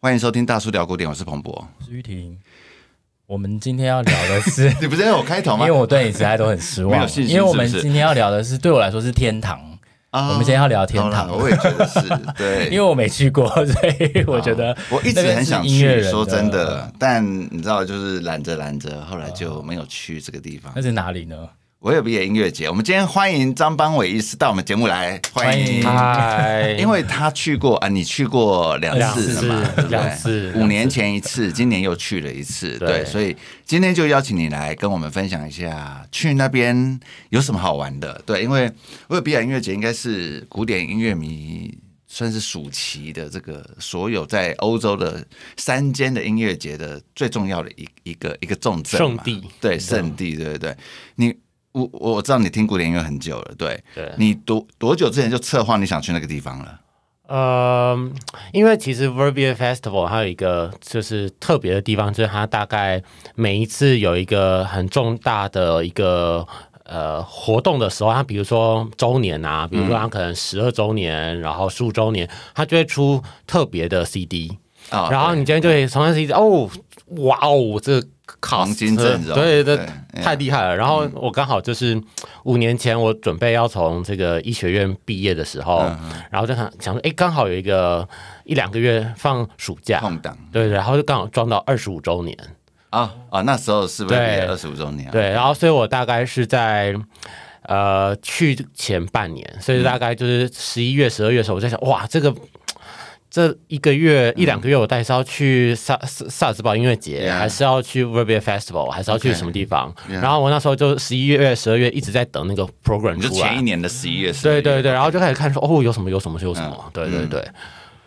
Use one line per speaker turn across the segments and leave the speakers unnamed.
欢迎收听大叔聊古典，我是彭博。
朱玉婷，我们今天要聊的 是，
你不是要有开头
因
吗
为？我对你实在都很失
没有
望，
信心
因为我们
是不是
今天要聊的是，对我来说是天堂。
啊
我们今天要聊天堂
好啦我也觉得是对，
因为我没去过，所以我觉得
我一直
那边
很
是
想
音乐
去，
人
说真
的，
的，但你知道，就是拦着拦着，后来就没有去这个地方
那。是哪里呢？
我有毕业音乐节，我们今天欢迎张邦伟医师到我们节目来，欢迎。
欢
嗨，
因为他去过啊，你去过两次了嘛
两次，
对不对
两次
五年前一次，今年又去了一次，
对
对，所以今天就邀请你来跟我们分享一下去那边有什么好玩的，对，因为维也比亚音乐节应该是古典音乐迷。算是暑期的这个所有在欧洲的三间的音乐节的最重要的一一个一个重镇嘛
圣地，嗯
对圣地，对对对。你我我我知道你听古典音乐很久了，对，
对
你多多久之前就策划你想去那个地方了？
呃，因为其实 Verbier Festival 还有一个就是特别的地方，就是它大概每一次有一个很重大的一个。呃，活动的时候，它比如说周年啊，比如说它可能十二周年，然后十五周年，它就会出特别的 CD，、
啊
然后你今天就可以从那 CD 哦，哇哦，这个 cost,
黄金阵容
对对
对嗯
太厉害了。然后我刚好就是五年前，我准备要从这个医学院毕业的时候，然后就想想说，哎，刚好有一个一两个月放暑假，
空档
对，然后就刚好撞到二十五周年，
啊啊，那时候是不是
对
二十五周年啊？
对，然后所以我大概是在。呃，去前半年，所
嗯
以大概就是十一月、十二月的时候，我在想，哇，这个这一个月一两个月，我到底是要去萨萨萨尔茨堡音乐节
嗯 Yeah
还是要去 Verbier Festival，还是要去
Okay
什么地方
Yeah
然后我那时候就十一月、十二月一直在等那个 program
你就
出
前一
来。
年的十一月十，
对对对，然后就开始看说哦，有什么有什么有什
嗯
么，对对对，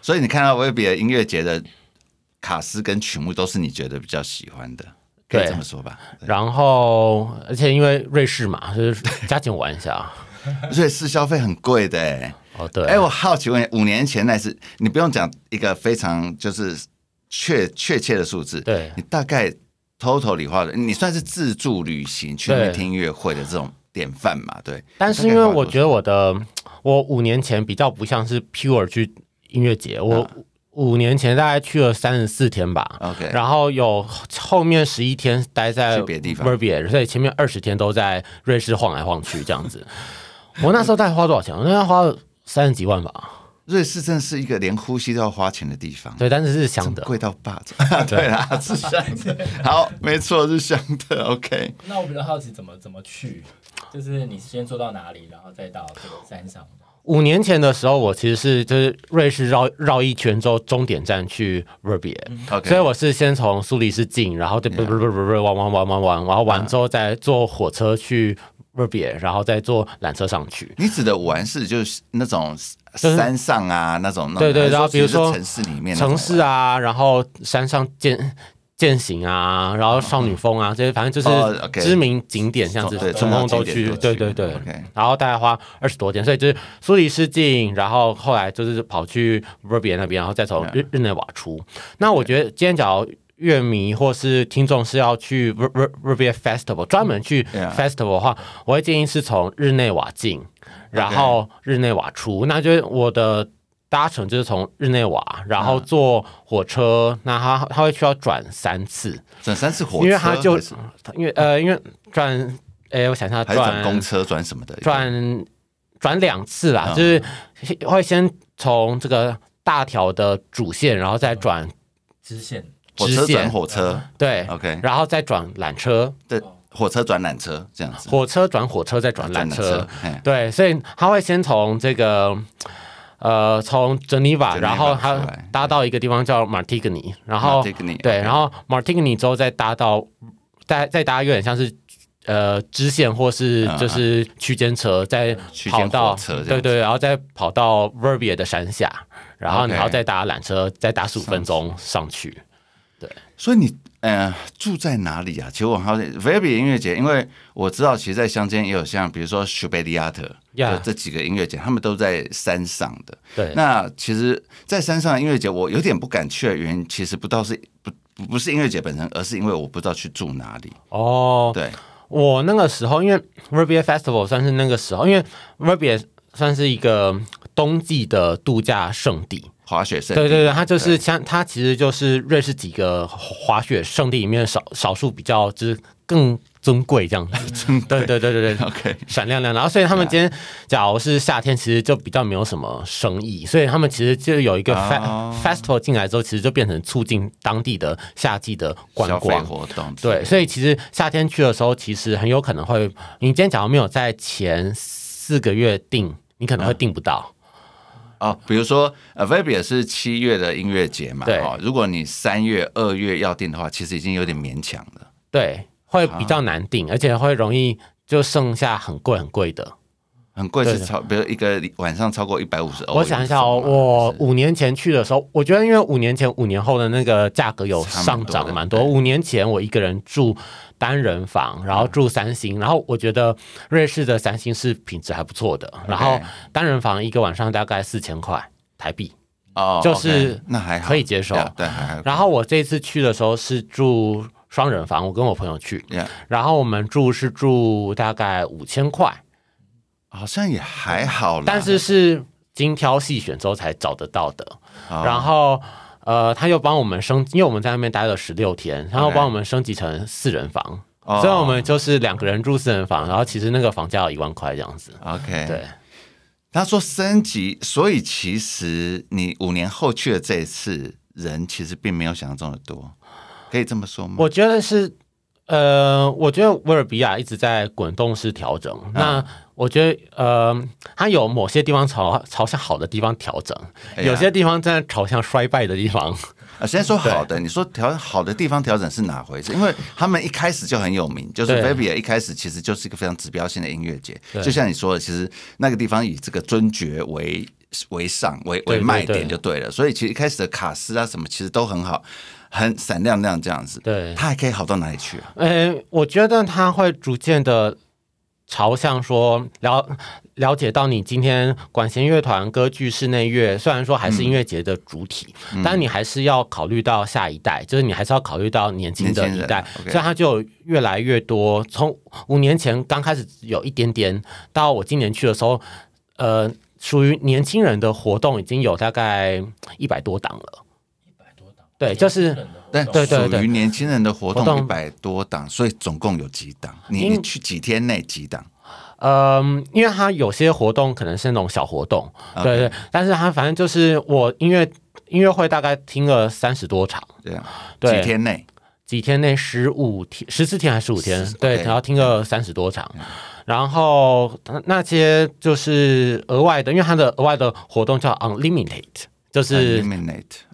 所以你看到维比尔音乐节的卡斯跟曲目都是你觉得比较喜欢的，可以
对
这么说吧？
然后而且因为瑞士嘛，就是加紧玩一下。
所以是消费很贵的、欸。
哦，对，
哎、我好奇问你，五年前那是你不用讲一个非常就是确确切的数字，
对
你大概 total 里花的，你算是自助旅行去那边
对
听音乐会的这种典范嘛？对。
但是因为我觉得我的，我五年前比较不像是 pure 去音乐节，我
嗯
五年前大概去了三十四天吧。
OK
然后有后面十一天待
嗯
在
去别地方
v e r b i e 所以前面二十天都在瑞士晃来晃去这样子。我那时候大概花多少钱？我那时候花了三十几万吧。
瑞士真的是一个连呼吸都要花钱的地方。
对，但是是香的。
贵到霸总， 对啦，是香的， 好，没错，是香的，OK，
那我比较好奇怎么怎么去，就是你先坐到哪里，然后再到这个山上。
五年前的时候，我其实是就是瑞士绕绕一圈之后，终点站去 v e r b i e
OK
所以我是先从苏黎世进，然后就不不不不不玩玩玩玩玩，然后玩之后再坐火车去 v e r b i e 然后再坐缆车上去。
你指的玩是就是那种
是
山上啊那种，那种
对对
还是
然后比如
其实
说
城市里面那种
城市啊，然后山上健健行啊，然后少女峰啊，这些反正
哦
就是
，OK
知名景点这样子，
对
全部都
重要景点
去
都。
对
去
对对
OK
然后大概花二十多天，所以就是苏黎世进，然后后来就是跑去 v e r b i e 那边，然后再从
Yeah
日日内瓦出。那我觉得今天假如乐迷或是听众是要去 v e r v e r Festival 专门去
Yeah
Festival 的话，我会建议是从日内瓦进，然后日内瓦出。那就是我的搭乘就是从日内瓦，然
嗯
后坐火车，那它它会需要转三次，
转三次火车，
因为它就
还是
因为呃因为转诶，我想一下
还是转
啊转
公车转什么的，
转转两次啦，
嗯
就是会先从这个大条的主线，然后再转
支线
火
直
车转
线，啊
火车
对
嗯，OK，
然后再转缆车，
对，火车转缆车这样子，
火车转火车，再转
转
缆车，，
嘿
对，所以他会先从这个。呃，从 Geneva，
Geneva
然后
出
他
来
搭到一个地方叫 Martigny，然后
Martigny，
对，
OK
然后 Martigny 之后再搭到，再再搭有点像是呃支线或是
嗯呃
就是区间车，再
区间
跑到
火车这样子
对对，然后再跑到 Verbier 的山下，然后
OK
然后再搭缆车，再搭十五分钟上去。
所以你呃住在哪里啊？其实我好像 Very 音乐节，因为我知道其实，在乡间也有像比如说 s c h u b e r i a t
呀
这几个音乐节，他们都在山上的。
对，
那其实，在山上的音乐节，我有点不敢去的原因，其实不到是不不不是音乐节本身，而是因为我不知道去住哪里。
哦，
对，
我那个时候，因为 Verbier Festival 算是那个时候，因为 Verbier 算是一个冬季的度假胜地，
滑雪胜地。
对对对，它就是像它其实就是瑞士几个滑雪圣地里面少少数比较就是更尊贵这样 子。对对对对对
OK
闪亮亮。然后所以他们今天假如是夏天，其实就比较没有什么生意，所以他们其实就有一个 fe、
哦
festival 进来之后，其实就变成促进当地的夏季的观
消费
光。
活动之类的，
对，所以其实夏天去的时候，其实很有可能会，你今天假如没有在前四个月订，你可能
嗯
会订不到。
哦，比如说呃 v a b i a 是七月的音乐节嘛，
对
哦，如果你三月、二月要订的话，其实已经有点勉强了。
对，会
啊
比较难定，而且会容易就剩下很贵很贵的。
很贵
对
是
的
超，比如一个晚上超过一百五十欧元。
我想一下哦，
是吗
我五年前去的时候，我觉得因为五年前、五年后的那个价格有
差
上
蛮多
涨
的
蛮多。
对
五年前我一个人住单人房，
嗯
然后住三星，然后我觉得瑞士的三星是品质还不错的，然后单人房一个晚上大概四千块台币。
哦，
就
OK，
是
那还好
可以接受
对啊对，还好。
然后我这次去的时候是住双人房，我跟我朋友去，
Yeah，
然后我们住是住大概五千块。
好像也还好啦，
但是是精挑细选之后才找得到的。
哦
然后呃，他又帮我们升，因为我们在那边待了十六天，他又
OK
帮我们升级成四人房。
哦
所以我们就是两个人住四人房，然后其实那个房价要一万块这样子。
OK，
对，
他说升级，所以其实你五年后去的这一次，人其实并没有想象中的多，可以这么说吗？
我觉得是，呃，我觉得维尔比亚一直在滚动式调整。
嗯
那我觉得，呃，它有某些地方朝朝向好的地方调整，
哎呀
有些地方在朝向衰败的地方。
啊，先说好的，你说调好的地方调整是哪回事？因为他们一开始就很有名，就是
对
v a b i a 一开始其实就是一个非常指标性的音乐节，
对
就像你说的，其实那个地方以这个尊爵为为上为为
对对
卖
对
点就对了，所以其实一开始的卡斯啊什么其实都很好，很闪亮亮这样子。
对，
它还可以好到哪里去啊？
呃，我觉得他会逐渐的朝向说了了解到你今天管弦乐团、歌剧、室内乐，虽然说还是音乐节的主体，
嗯
但你还是要考虑到下一代，就是你还是要考虑到年轻的
年轻
一
人
代，
，OK
所以他就有越来越多。从五年前刚开始有一点点，到我今年去的时候，呃，属于年轻人的活动已经有大概一百多档了。
一百多档，
对就是
年轻
但
人的活动
对对
属于年轻人的活
活
动一
动
百多档，所以总共有几档？你你
应
去几天内几档？
嗯，因为它有些活动可能是那种小活动
OK
对对，但是它反正就是我音乐音乐会大概听了三十多场，
这样几
对
天内？
几天内十五天、十四天嗯还是十五天
14
对，
OK
然后听了三十多场，然后它那些就是额外的，因为它的额外的活动叫 unlimited，就是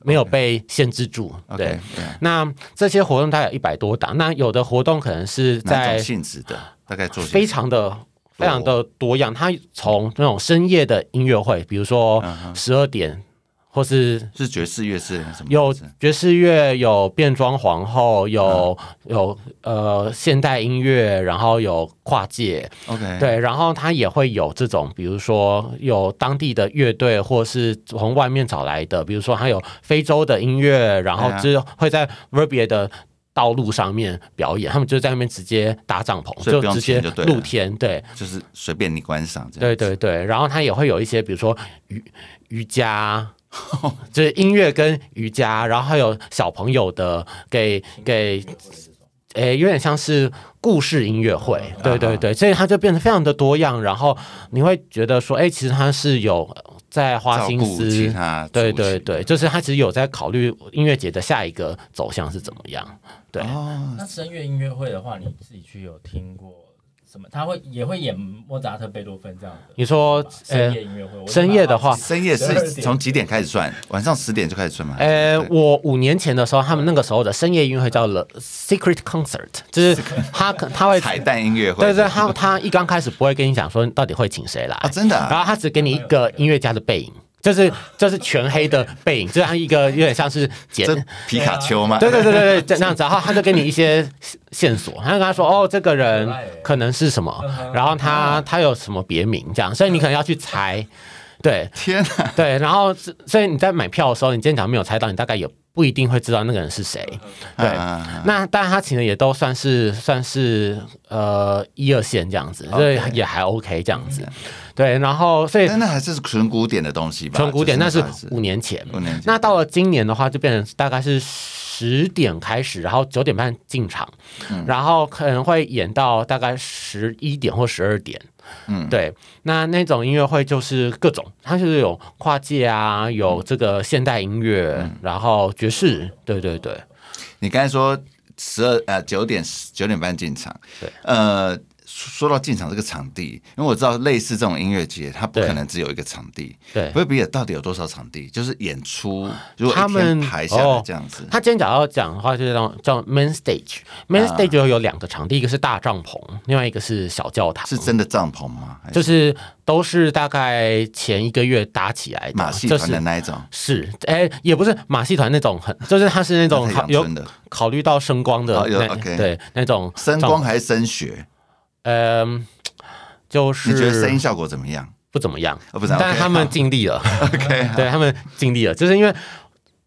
没有被限制住
o
对。
k
那这些活动大概有一百多档，那有的活动可能是
哪
在
种性质的？大概做些
非常的非常的多样。它从那种深夜的音乐会，比如说十二点，或是
是爵士乐是什么？
有爵士乐，有变装皇后，有、
嗯
有呃现代音乐，然后有跨界，
OK，，
对，然后它也会有这种，比如说有当地的乐队，或是从外面找来的，比如说它有非洲的音乐，然后
对
之会在 Verbier 的道路上面表演，他们就在那边直接搭帐篷，
所以不用
直接
钱就对了
露天，对，
就是随便你观赏这样。
对对对，然后它也会有一些，比如说瑜瑜伽，就是音乐跟瑜伽，然后还有小朋友的给给，诶，有点像是故事音乐
嗯
会，对对对，所以它就变得非常的多样，然后你会觉得说，哎，其实它是有在花
照
心
顾其
思。
他族
对
群
对对，就是它其实有在考虑音乐节的下一个走向是怎么样。对，
哦，
那声乐音乐会的话，你自己去有听过什么？他会也会演莫扎特、贝多芬这样的。
你说
吧，深
呃
夜，音乐会，
深夜的话，
深夜是
12
从几点开始算？晚上十点就开始算吗？
呃，
对
我五年前的时候，他们那个时候的深夜音乐会叫了 Secret Concert，就是他可他会，
彩蛋音乐会，
对对，他他一刚开始不会跟你讲说到底会请谁来，
啊，真的啊
然后他只给你一个音乐家的背影，就是就是全黑的背影，就是他一个有点像是剪
这皮卡丘吗？
对对对对对，这样子，然后他就给你一些线索，他就跟他说，哦，这个人
嗯
可能是什么，然后他他有什么别名这样，所以你可能要去猜。对
天哪、
对，然后是所以你在买票的时候，你今天假如没有猜到，你大概也不一定会知道那个人是谁。对，
啊
那当然他请的也都算是算是呃一二线这样子，所以也还 OK 这样子。对，然后所以
但那还是纯古典的东西吧？
纯古典，那
就是那是
五年前。
五年前
那到了今年的话，就变成大概是十点开始，然后九点半进场，
嗯
然后可能会演到大概十一点或十二点。
嗯
对，那那种音乐会就是各种，它就是有跨界啊，有这个现代音乐，
嗯
然后爵士，对对对，
你刚才说十二呃九点九点半进场，
对，
呃，说说到进场这个场地，因为我知道类似这种音乐节，它不
对
可能只有一个场地。
对。啊
威比尔到底有多少场地？就是演出，如果
他
一天
们
排下来
哦
这样子，
他今天讲要讲的话，就是那种叫 main stage，main
啊
stage 有两个场地，一个是大帐篷，另外一个是小教堂。
是真的帐篷吗？还
就是都是大概前一个月搭起来的，
马戏
就
团
是
的那一种？
是，哎、也不是马戏团那种很，就是它是那种
那太
考
阳
有
春的
考虑到声光的
哦有
那、
OK
对那种
声
帐
光
篷，
还是声学？
嗯、就是
你觉得声音效果怎么样？
不怎么样，
哦不怎么样
但
OK，
是他们尽力 了
OK，
对他们尽力了，就是因为。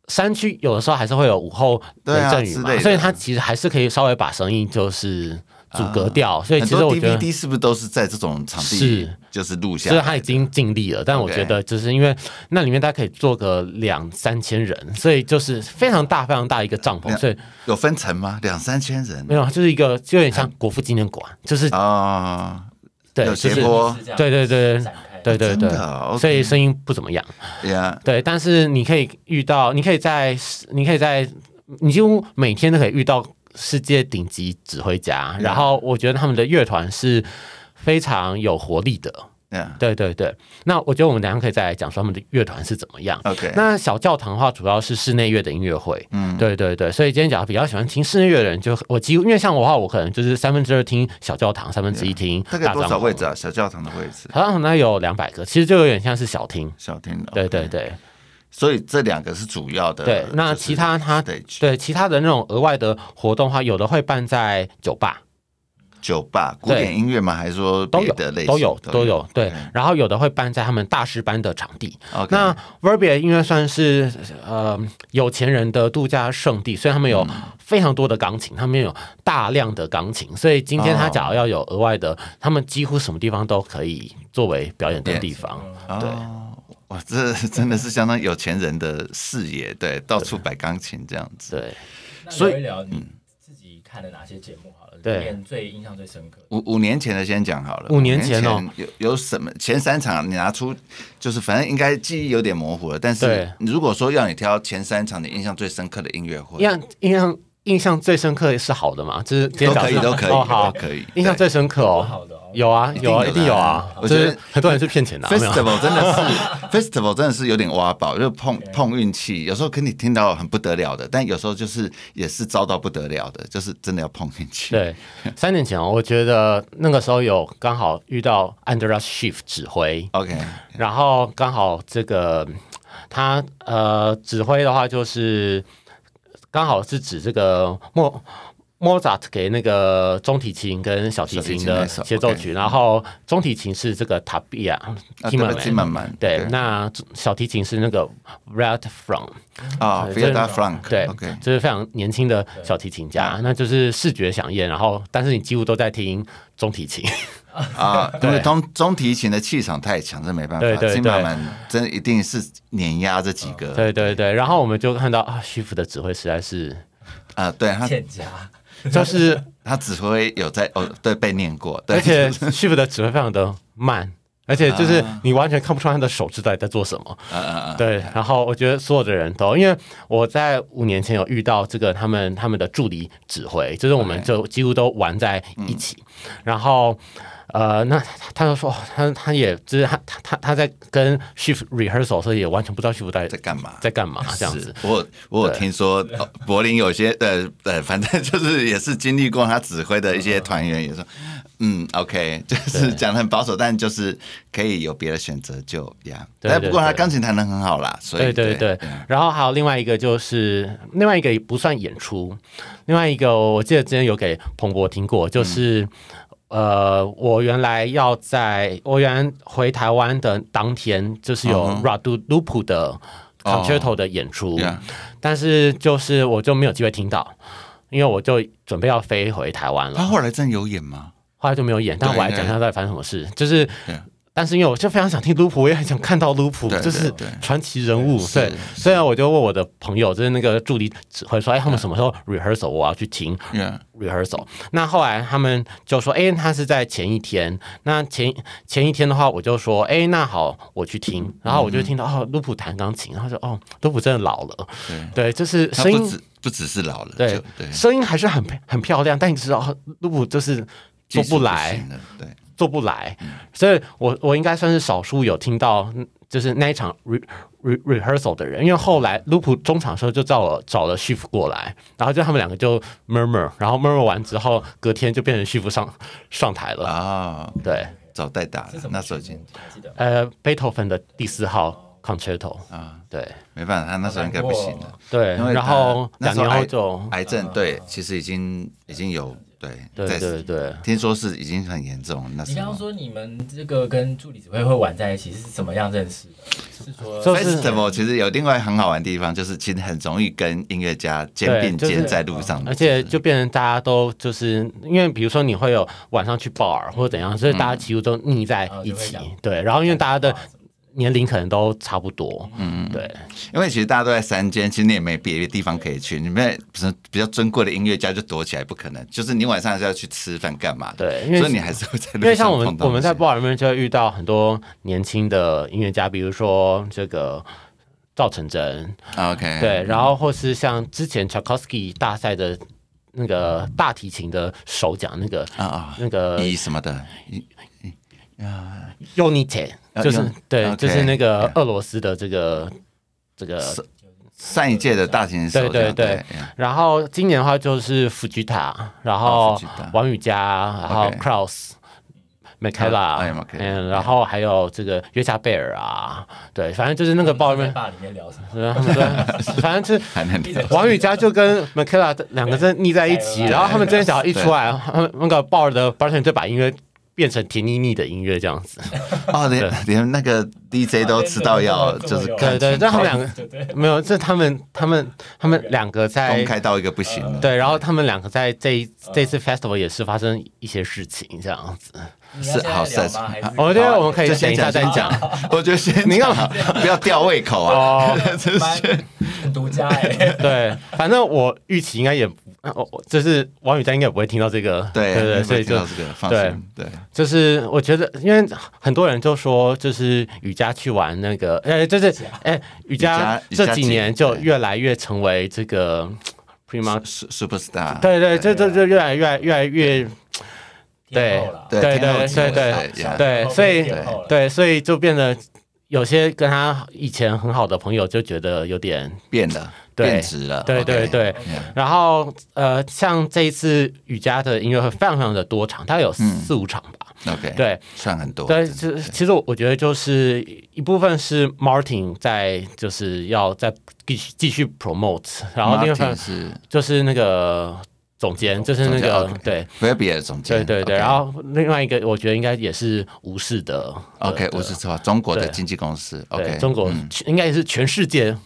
山区有的时候还是会有午后
对啊
雷阵雨
之
嘛
类，的
所以它其实还是可以稍微把声音就是阻隔掉，所以
啊很
其实
多
我觉得
DVD 是不是都是在这种场地
是
就是录下
所
来
以
的？
他已经尽力了，但我
OK
觉得就是因为那里面大概可以坐个两三千人，所以就是非常大、非常大一个帐篷，
两
所以
有分层吗？两三千人
没有就是一个就有点像国父纪念馆，就是
啊，
对，
有
就
斜
是
坡
是这样
对对对
展开
对对
真
对
的哦，，OK
所以声音不怎么样。
呀，
对，但是你可以遇到，你可以在，你可以在，你几乎每天都可以遇到世界顶级指挥家，
嗯
然后我觉得他们的乐团是非常有活力的。
呀
对对对，那我觉得我们等一下可以再来讲说他们的乐团是怎么样。
，OK，
那小教堂的话，主要是室内乐的音乐会。
嗯
对对对，所以今天假如比较喜欢听室内乐的人就，我几乎因为像我的话，我可能就是三分之二听小教堂，三分之一听
啊大概多少位置
啊？
啊？小教堂的位置，
小教堂那有两百个，其实就有点像是小厅。
小厅的。
对对对
所以这两个是主要的。
对，那
就是
其他它
stage
对其他的那种额外的活动的话，有的会办在酒吧，
酒吧、古
对
典音乐吗？还是说
都
别
有
的类型
都有都有对
OK，
然后有的会办在他们大师班的场地，
OK，
那 Verbia 因为算是呃有钱人的度假胜地，所以他们
嗯
有非常多的钢琴，他们有大量的钢琴，所以今天他
哦
假如要有额外的，他们几乎什么地方都可以作为表演的地方。
哦，哇，这 真的是相当有钱人的视野，对，到处摆钢琴这样子。
对，
那
所以嗯
聊一聊你自己看了哪些节目好了，里
对
面最印象最深刻的。
五五年前的先讲好了，
五年前哦
五年前有有什么前三场你拿出，就是反正应该记忆有点模糊了，但是
对
如果说要你挑前三场你印象最深刻的音乐会
印，象印象印象最深刻的是好的嘛，就是今
都
天早
可以，
上
都可以，
哦好
都，可以。
印象最深刻
不
哦，
好的哦，
有啊有啊
一定有的啊
一定有啊，
我
就
觉得
是很多人是骗钱的啊，没有
Festival 真的是 Festival 真的是有点挖宝，就是碰碰运气。有时候可以听到很不得了的，但有时候就是也是遭到不得了的，就是真的要碰运气。
对，三年前哦，我觉得那个时候有刚好遇到 Andreas Schiff 指挥，
OK，
然后刚好这个嗯他呃指挥的话，就是刚好是指这个莫。莫扎特给那个中提琴跟小提
小提
琴
琴
的
那首
协奏
OK
曲，然后中提琴是这个塔比亚
啊，
基
对
曼
不起，慢
曼，
慢
对，那小提琴是那个 Red From，
啊 f i
对
e d a
这
Frank，
对
，OK，
就是非常年轻的小提琴家，那就是视觉响艳，然后但是你几乎都在听中提琴，
啊，因
对
为中中提琴的气场太强，这没办
对
法，
对
金
对
满满真的一定是碾压这几个
对对对，然后我们就看到啊，徐福的指挥实在 是
啊，对他
欠佳，
就是
他指挥有在哦，对，被念过，对
而，且 s h 的指挥非常的慢，而且就是你完全看不出他的手指到底在做什么。
啊啊啊，
对，然后我觉得所有的人都，因为我在五年前有遇到这个他们他们的助理指挥，就是我们
OK
就几乎都玩在一起，
嗯
然后。呃，那他他就说，哦他他也就是他他他他在跟 shift rehearsal 的时候也完全不知道 shift 在
在干嘛？
在干嘛这样子
是，我有我有
对
听说哦柏林有些呃呃，反正就是 也是经历过他指挥的一些团员也说，嗯，OK，就是 讲的很保守，但就是可以有别的选择就呀。
对
但
对
不过他
对
钢琴弹得很好啦，所以嗯
对对对，然后还有另外一个就是另外一
嗯
个也不算演出，另外一个我记得之前有给彭博听过，就是、呃，我原来要在我原来回台湾的当天，就是有
嗯哼
Radu Lupu 的
哦
Concerto 的演出
Yeah
但是就是我就没有机会听到，因为我就准备要飞回台湾了
他。后来真有演吗？
后来就没有演，但
对
我还讲一下到底发生什么事。就是
对，
但是因为我就非常想听卢普，我也很想看到卢普，
对
就是
对对
传奇人物。
是
对
是，
虽然我就问我的朋友，就是那个助理指挥说，哎，他们什么时候 rehearsal，我要去听
Yeah，
rehearsal。那后来他们就说，哎，他是在前一天。那前前一天的话，我就说，哎，那好，我去
嗯
听。然后我就听到哦，卢普弹钢琴，然后就哦，卢普真的老了，
对，
对，就是
他
声
不
音。
只不只是老了，
对
就对，
声音还是很很漂亮，但你知道，卢普就是
技
做
术
不来，
行了，对，
做不来，所以我我应该算是少数有听到嗯就是那一场 re re rehearsal 的人，因为后来卢普中场的时候就找我找了 Shift 过来，然后就他们两个就 murmur，然后 murmur 完之后，隔天就变成 Shift 上上台了。
啊，
对，
早代打
是
了
什，
那
么曲目？
时候已经
你还记得吗？
呃，贝多芬的第四号 Concerto，
啊，
对
没办法，他那时候应该不行了。
对，
因为
然后
他那
两
时候
年
癌
后就
癌症，对，其实已经已经有对
对
在
对对。
听说是已经很严重，那
你
时
刚刚
候
说你们这个跟助理指挥会玩在一起是怎么样认识的？是说
就
festival 其实有另外很好玩的地方，就是其实很容易跟音乐家肩并
对就
肩
是
在路上，
而且就变成大家都就是因为，比如说你会有晚上去 bar 或者怎样，所以大
嗯
家几乎都腻在
哦
一起。
嗯
对，然后因为大家的年龄可能都差不多，嗯，对，
因为其实大家都在山间，其实你也没别的地方可以去，你们什么比较尊贵的音乐家就躲起来，不可能。就是你晚上还是要去吃饭干嘛的？
对因为
所以你还是会在
因为
路上
像我
碰
们
到。
我们在 bar 里面就会遇到很多年轻的音乐家，比如说这个赵成真，
OK
对，然后或是像之前 Tchaikovsky 大赛的那个大提琴的首奖那个
啊啊
那个
一什么的，一
y o n i t e
啊
就是
Yon-
对，
OK，
就是那个
yeah
俄罗斯的这个这个
上一届的大型手
对对
奖
对然后今年的话就是福居塔，然后
哦，Fujita
王宇佳，然后
OK
Kraus。m i c a e l
哎
a
，Michaela，
嗯，然后还有这个约夏贝尔啊，对，反正就是那个包 里面，
坝里面聊什么？
对他们说反正就是
还能聊。
王宇佳就跟 m i c a e l a 两个真腻在一起，
哎
对
然后他们这些小孩一
对
出来，他
哎
们那个鲍尔的 b a r t e n 就把音乐变成甜腻腻的音乐这样子，
哦，连连那个
啊
DJ 哎都吃到药，就是
对
看
对，
情
但他
况
们两个
对 对，
没有，这他们他们他们两个在
公开到一个不行了。
对，然后他们两个在这一这次 festival 也是发生一些事情，这样子。
你要现在
好
聊
sex-
吗？还是
哦，对，我们可以
就
等
先
一下
讲
再讲。
我觉得先
你干
嘛不要吊胃口啊？
哦，
这 是
蛮很独家哎。
对，反正我预期应该也，哦，我就是王宇佳应该也不会听到这个，
对
对对，
你
所
会
以
听
就
到这个放心，对
就是我觉得，因为很多人就说，就是瑜伽去玩那个，呃，就是哎，瑜伽
瑜伽
这几年
瑜伽界
就越来越成为这个 prima，
，su-，superstar，
对对，这
对
这这越来越越来越 对
天后啦
对
对
天后
对
级
对
的
对
对呀
对，所以
天后啦
对，所以就变得有些跟他以前很好的朋友就觉得有点，
变了，
对
变质了，
对对
OK 嗯
对。
Yeah
然后呃，像这一次瑜伽的音乐会非常非常的多场，大概有四五场吧。
，OK，，
对
算很嗯多，
对，
真
就
的
其实我我觉得就是一部分是 Martin 在就是要再继续继续 promote，然后另一部
Martin
分
是
就是那个总监，就是那
总监
个
，OK
对。
不要别的总监，
对对对，
OK
然后另外一个我觉得应该也是无视的
OK，
的的
我是说中国的
呃对
经纪公司
对
，OK，
中国
嗯
应该也是全世界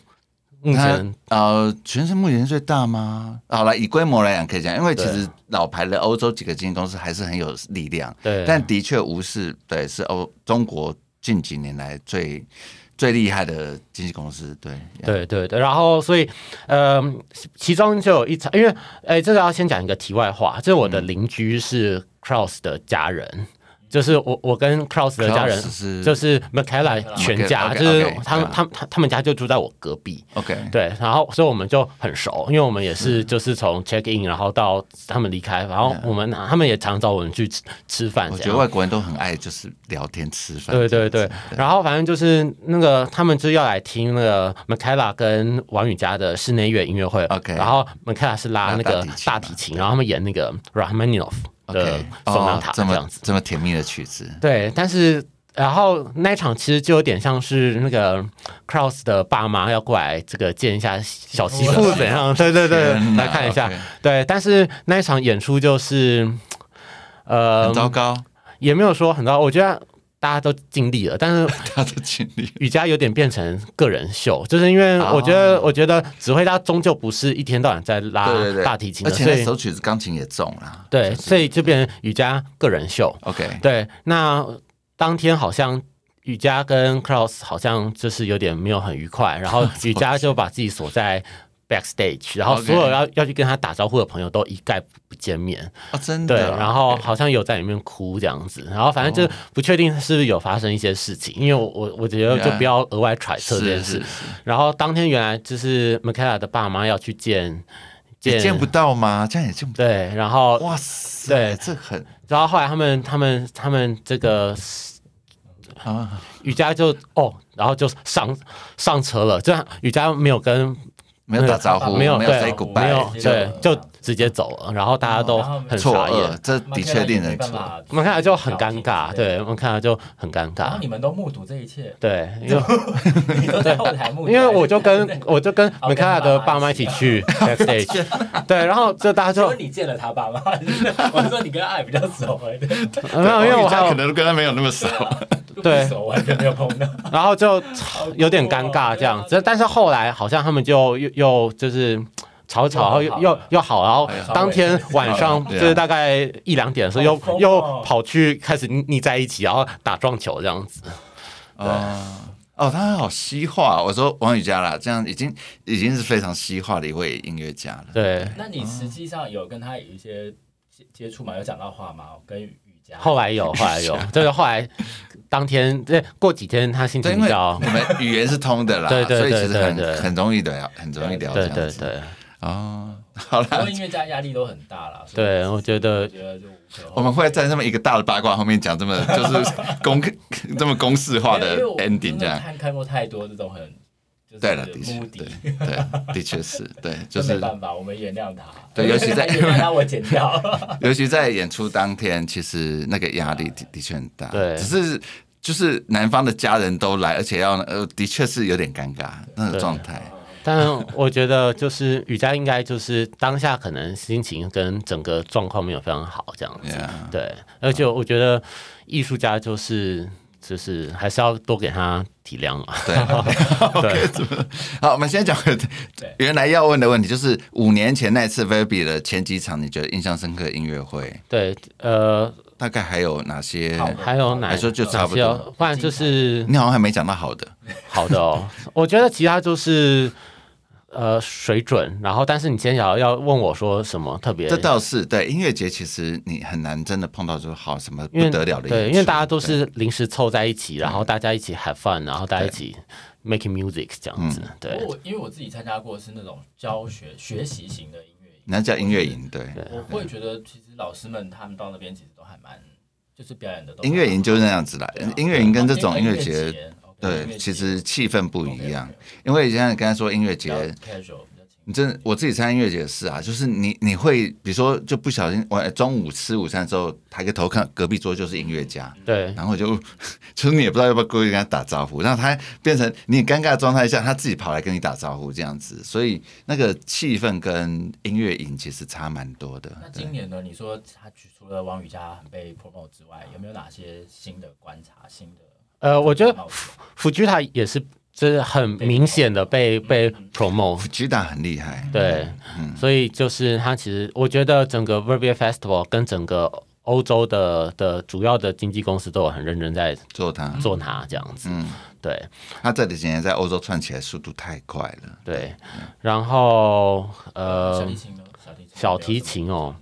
目前
它呃，全是目前最大吗？好了，以规模来讲可以讲，因为其
啊
实老牌的欧洲几个经纪公司还是很有力量，
对
但的确无视，对，是欧中国近几年来最最厉害的经纪公司，对，
对对对，然后所以呃，其中就有一场，因为哎，这个要先讲一个题外话，就是我的
嗯
邻居是 Kraus 的家人，就是我我跟 Kraus 的家人
Kraus 是
就是 m i c a e l a 全家，
OK，OK，
就是
OK，
他们
嗯
他们他他们家就住在我隔壁，
OK，
对，然后所以我们就很熟，因为我们也是
嗯
就是从 check in，然后到他们离开，然后我们他们也常找我们去吃吃饭
我觉
这
得
样。
外国人都很爱就是聊天吃饭，
对对对，然后反正就是那个他们就要来听那个 m i c a e l a 跟王宇佳的室内乐音乐会
OK
然后 m i c a e l a 是拉
拉
那
大
个
提琴
大
嘛
提琴，然后他们演那个 Rachmaninoff 的
OK，
索纳
哦
呃塔，这
这
样
么
子。
这么甜蜜的曲子，
对，但是然后那一场其实就有点像是那个 Kraus 的爸妈要过来这个见一下小媳妇怎样，对对对，
哦啊天哪
来看一下嗯
OK。
对，但是那一场演出就是。呃
很，糟糕，
也没有说很糟，我觉得大家都尽力了，但是
他的经历。
瑜伽有点变成个人秀，就是因为
哦
我觉得，我觉得指挥家终究不是一天到晚在拉
对对对，
啊大提琴
而
的，
且
所
那
以
首曲子钢琴也重啦。
对，
就是
所以就变成瑜伽个人秀。
OK，
对，那当天好像瑜伽跟 Klaus 好像就是有点没有很愉快，然后瑜伽就把自己锁在 backstage，然后
OK
所有要要去跟他打招呼的朋友都一概不见面。
哦，真
对，
的啊。哦
然后
OK
好像有在里面哭这样子，然后反正就是不确定是不是有发生一些事情，因为我我我觉得就不要额外揣测这件
是
事
是。是，
然后当天原来就是 Michaela 的爸妈要去见
也见不到吗？这样也见不
对，然后
到。哇塞，
对
这很
然后后来他们他们他们这个
啊，
瑜伽就哦，然后就上上车了，这样瑜伽没有跟
没有打招呼，
没有
有
对
say
没有
goodbye，
就
对就直接走了，哦然后大家都很
错
傻
愕
眼，，
这的确令人错愕。
我们看来就很尴尬，对，我们看来就很尴
然后
尬
你，们都目睹这 一切，
对，因 为。
你都在后台目睹，
因为我就跟
对
我就跟
哦
梅
跟
卡
他
拉的
爸妈
爸妈一起去 backstage，对， 然后就大家就
所以你见了他爸妈， 我是说你跟他也比较熟哎，对
呃没有，因为我还
可
有，
能跟他没有那么熟。
就不
对
熟，完全没有碰 到。
然后就有点尴尬这样
对啊
子，但是后来好像他们就又又就是。吵吵，然后
又
又
好
又又好，然后
哎呀
当 天晚上
好对
就
啊
是大概一两点的时候，
好疯
又
哦
又跑去开始腻在一起，然后打撞球这样子。
哦哦，他好西化。我说王宇佳啦，这样已经已经是非常西化的一位音乐家了。
对，
那你实际上有跟他有一些接接触吗？有讲到话吗？跟瑜伽
后来有，后来 有，就是后来当天，对，过几天他心
对，
情
因
比
为
较
我，们语言是通的啦，
对对
所以
对
其实
对对
很很容易聊，很容易聊这
对
样
对
子。
对
哦，好
很
啦
多，音乐家压力都很大啦。所以
对，我觉得
我觉得就无可厚非
我们会在这么一个大的八卦后面讲这么就是 公这么公式化的
因为我
ending 这
真的
样。
看看过太多这种很就是
对了，的确，
目的，
对对，的确是 对，就
真
是
没办法，我们原谅他。
对尤其在
原谅他，我剪掉。
尤其在演出当天，其实那个压
啊
力的的确很大。
对
只是就是男方的家人都来，而且要呃，的确是有点尴尬那个状态。
但我觉得就是瑜伽应该就是当下可能心情跟整个状况没有非常好这样子
Yeah
对，而且我觉得艺术家就是就是还是要多给他体谅啊嘛，
对，
对
好，我们先讲回原来要问的问题，就是五年前那次 Baby 的前几场，你觉得印象深刻的音乐会，
对，呃，
大概还有哪些？
好
还有哪
还说就差不
哪些
多
哦，不然就是
你好像还没讲到好的，
好的哦， 我觉得其他就是。呃，水准，然后但是你今天想要要问我说什么特别？
这倒是对音乐节，其实你很难真的碰到说好什么
因为
不得了的
对，
演
因为
出嗯
大家都是临时凑在一起，然后大家一起 have fun，然后大家一起 making music 这样子，
嗯
不
对
过我因为我自己参加过是那种教 学学习型的音乐营，
那叫音乐营，对，
我会觉得其实老师们他们到那边其实都还蛮，就是表演的都
音乐营就是那样子啦。
啊
音乐营跟这啊种音乐节
，OK，音乐
对，
节
其实气氛不
OK，OK，
一样。因为像你刚才说音乐
比较
节，
casual，比较轻
你真的我自己参加音乐节也是啊，就是你你会比如说就不小心，我中午吃午餐之后抬个头看隔壁桌就是音乐家，
对
然后我就 就是你也不知道要不要过去跟他打招呼，让他变成你很尴尬的状态下，他自己跑来跟你打招呼这样子，所以那个气氛跟音乐营其实差蛮多的。
那
对
今年呢？你说他除了王宇佳很被 promote 之外，有没有哪些新的观察、新的？
呃，我觉得
冒险
福居他也是，就是很明显的被被 promote，
Gita 哦很厉害，
对，所以就是他其实我觉得整个 Verbier Festival 跟整个欧洲的的主要的经纪公司都有很认真在
做他，
做它这样子，
嗯，
对
他这几年在欧洲串起来速度太快了。
对，然后
小
呃
提，琴呢？小提琴，
小提，琴哦。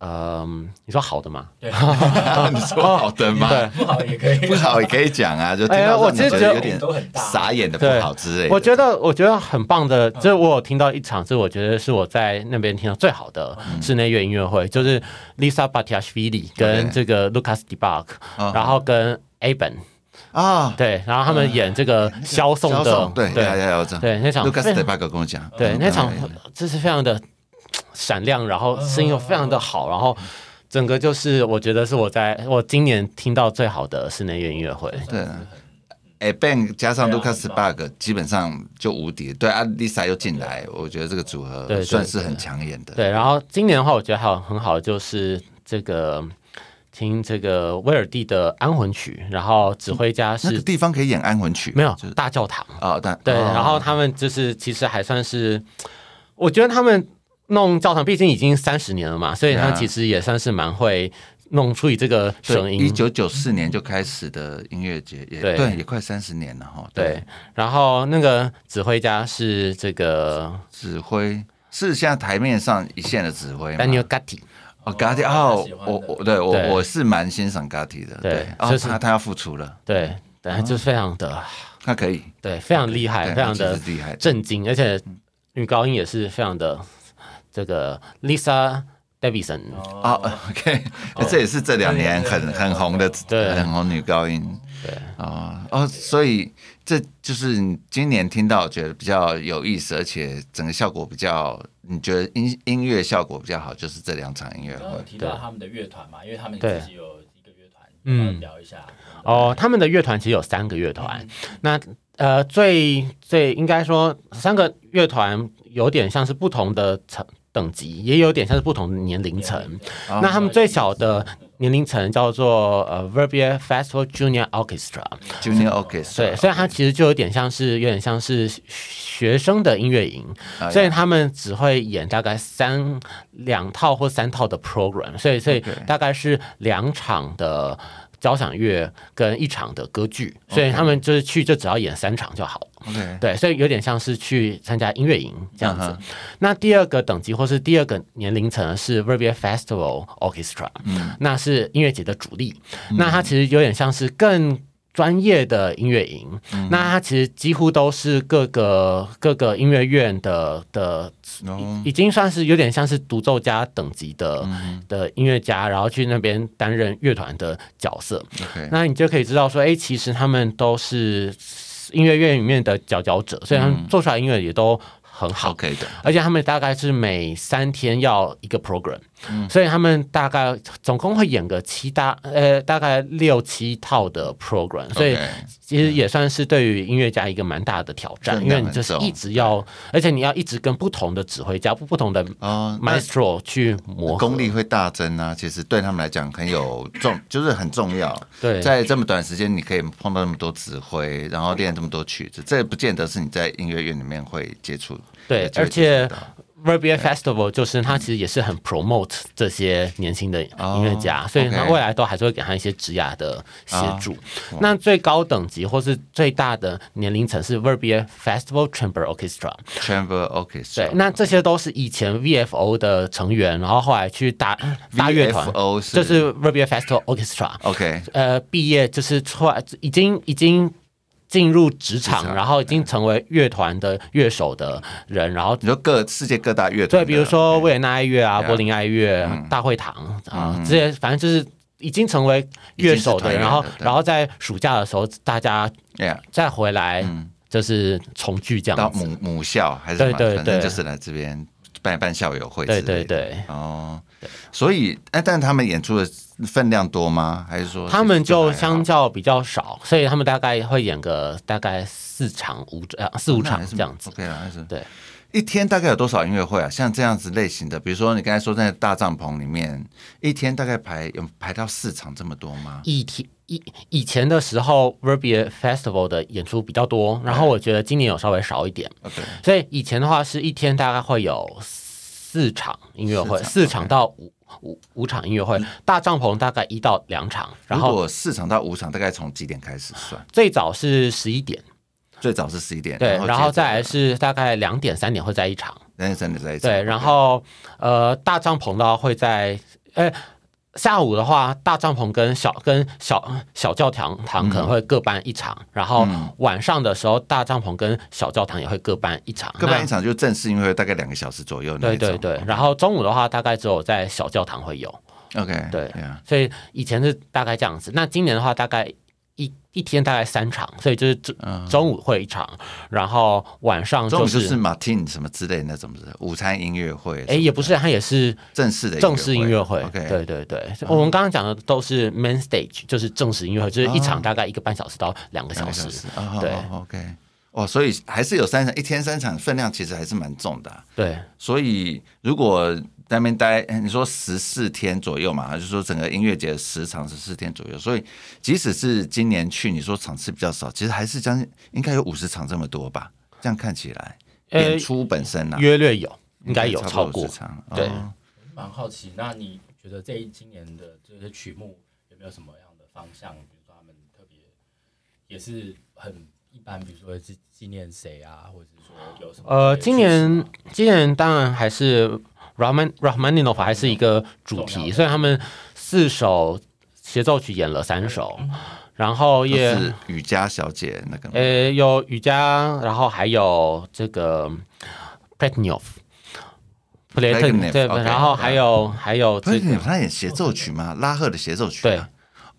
嗯，你说好的吗？
对，
你说 好的吗？
不好也可以，
不好也可以讲啊，就听
哦哎
到
我
这种觉
其实觉
得
得
有点
都很大
傻眼的不
对嗯
好之类的。
我觉得我觉得很棒的，就是我有听到一场，是我觉得是我在那边听到最好的室内乐音乐会，就是 Lisa Batiashvili 跟这个 Lucas Debug，
嗯
然后跟 Aben
啊，
对，然后他们演这个萧颂
肖
的
总，，嗯对对
对
对，我知道。
对，那场
，Lucas
非
d e
常
b u g 跟我讲，
对
嗯
那场
对
这是非常的闪亮，然后声音又非常的好，然后。整个就是，我觉得是我在我今年听到最好的室内乐音乐会。
对哎 Bang 加上
对啊
Lucas d e b u g 基本上就无敌。对啊，Lisa 又进来，我觉得这个组
对
合
对
算是很抢眼的。
对，然后今年的话，我觉得还有很好，就是这个听这个威尔第的安魂曲，然后指挥家
那个
是
地方可以演安魂曲，
没有
就是
大教堂。
啊，但
对，
哦
然后他们就是其实还算是，我觉得他们弄教堂，毕竟已经三十年了嘛，所以他
嗯
其实也算是蛮会弄出这个声音。
一九九四年就开始的音乐节，也
对
对，也快三十年了哈。
对，，然后那个指挥家是这个
指挥是现在台面上一线的指挥嘛。
丹尼尔·嘎蒂，
哦，Gatti
我
哦
喜，欢
我
的
我对我
对
我是蛮欣赏 Gatti 的，
对
对，哦
就是
他他要复出了，
对，对，就是非常的
他可以，
对，非常厉害，
哦对
哎非常
他
的
其实厉害，
震惊，而且女高音也是非常的这个 Lisa Davidson，
啊
哦，
，OK，这也是这两年很很红的，
对
很红女高音。
对
啊哦，所以这就是你今年听到觉得比较有意思，而且整个效果比较，你觉得音音乐效果比较好，就是这两场音乐
刚刚
会
有。提到
对
他们的乐团嘛，因为他们
对
自己有一个乐团，
嗯
嗯，聊一下。
哦，他们的乐团其实有三个乐团，那呃最最应该说三个乐团有点像是不同的层等级，也有点像是不同的年龄层。
哦
那他们最小的年龄层叫做呃 Verbier Festival Junior Orchestra，
Junior Orchestra，
对，所以它其实就有点像是有点像是学生的音乐营，
啊
所以他们只会演大概三两套或三套的 program，所以所以
OK
大概是两场的交响乐跟一场的歌剧，所以他们就是去就只要演三场就好。
OK，
对，所以有点像是去参加音乐营这样子。
嗯哼
那第二个等级或是第二个年龄层是 Verbier Festival Orchestra，、那
嗯
是音乐节的主力。那它其实有点像是更。专业的音乐营，
嗯
那它其实几乎都是各个各个音乐院的的
然后
已经算是有点像是独奏家等级的、
嗯
的音乐家，然后去那边担任乐团的角色。
OK，
那你就可以知道说，哎、其实他们都是音乐院里面的佼佼者，所以他
嗯
们做出来的音乐也都很好。
OK 的，
而且他们大概是每三天要一个 program，、所以
嗯
他们大概总共会演个七大呃大概六七套的 program，所以
OK 嗯
其实也算是对于音乐家一个蛮大的挑战，
分
因
量
为你就是一直要，而且你要一直跟不同的指挥家、不不同的
哦，那
maestro 去磨合
功力会大增啊，其实对他们来讲很有重，就是很重要。
对
在这么短时间，你可以碰到那么多指挥，然后练这么多曲子，这不见得是你在音乐院里面会接触。
对
有机会
而且
接触到
Verbier Festival 就是他其实也是很 promote 这些年轻的音乐家，
哦
所以他
OK 啊
未来都还是会给他一些职涯的协助。那最高等级或是最大的年龄层是 Verbier Festival Chamber Orchestra，
Chamber Orchestra，
对，那这些都是以前 VFO 的成员，然后后来 去大大乐团
VFO 是
就是 Verbier Festival Orchestra，
OK
呃，毕业就是出来已经已经。进入职
职
场，
场
然后已经成为乐团的乐手的人，然后
你说各世界各大乐团
对，
的，
比如说维也纳爱乐啊、
对啊嗯
柏林爱乐、大会堂啊，这些反正就是已经成为乐手的人，
已经是团员
然后
了对
然后在暑假的时候，大家
Yeah，
再回来就是重聚这
嗯到
样子。
母母校还是
对
什么反
对
正
对
就是来这边办办校友会之类的。
对对对，
哦，所以哎，但他们演出的分量多吗？还是说
他们
啊
就相
较
较比较少，所以他们大概会演个大概四场五呃四五场这样子。
OK 哦啊了，还是
对。
一天大概有多少音乐会啊？像这样子类型的，比如说你刚才说在大帐篷里面，一天大概排有排到四场这么多吗？
以前以以前的时候，Verbier Festival 的演出比较多，然后我觉得今年有稍微少一点。
OK
所以以前的话是一天大概会有四场音乐会，
四场嗯
四场到五五五场音乐会，大帐篷大概一到两场，然
如
后
果四场到五场，大概从几点开始算？
最早是十一点，
最早是十一点，
对，然
接
后
着
再来是大概两点三点会在一场，
人生的在一起。
对，然后呃大帐篷的话会在呃。下午的话，大帐篷跟小跟小小教堂堂可能会各办一场，然后
嗯
晚上的时候，大帐篷跟小教堂也会各办一场。
各办
那
一场就正式音乐会，大概两个小时左右那
对
一种。
对对，然后中午的话，大概只有在小教堂会有。
，OK，
对
yeah，
所以以前是大概这样子。那今年的话，大概一一天大概三场，所以就是中中午会一场，然后晚上
嗯中
就
午就是是 Martin 什么之类的那种是午餐音乐会，
哎、也不是，它也是
正式的
正式音乐会。
OK，
对对对，我们刚刚讲的都是 main stage，就是正式音乐会，就是一场大概一个半小时到两个
哦两
小
个
时。
小时。哦
对
哦，OK，哦，所以还是有三场，一天三场分量其实还是蛮重的啊、
对
所以如果在那边待，哎你说十四天左右嘛，就是说整个音乐节的时长十四天左右，所以即使是今年去，你说场次比较少，其实还是将近应该有五十场这么多吧。这样看起来，
呃
演出本身啊，
约略有，应该有
差
超
不多
过
50。场。
对
哦
蛮好奇，那你觉得这一今年的这些曲目有没有什么样的方向？比如说他们特别也是很一般，比如说是纪念谁啊，或者是说有什么特别的事情啊？
呃，今年今年当然还是 Rahman Rahmaninov 还是一个
哦
主
重要
题，
的
所以他们四首协奏曲演了三首，然后
就
也
嗯是瑜伽小姐那个吗，
呃有瑜伽，然后还有这个 Pretnov。普雷特
Plekhanov，
对，
OK，
然后还有还有
不是
这
你
个
们他演协奏曲吗？拉赫的协奏曲、
对
啊。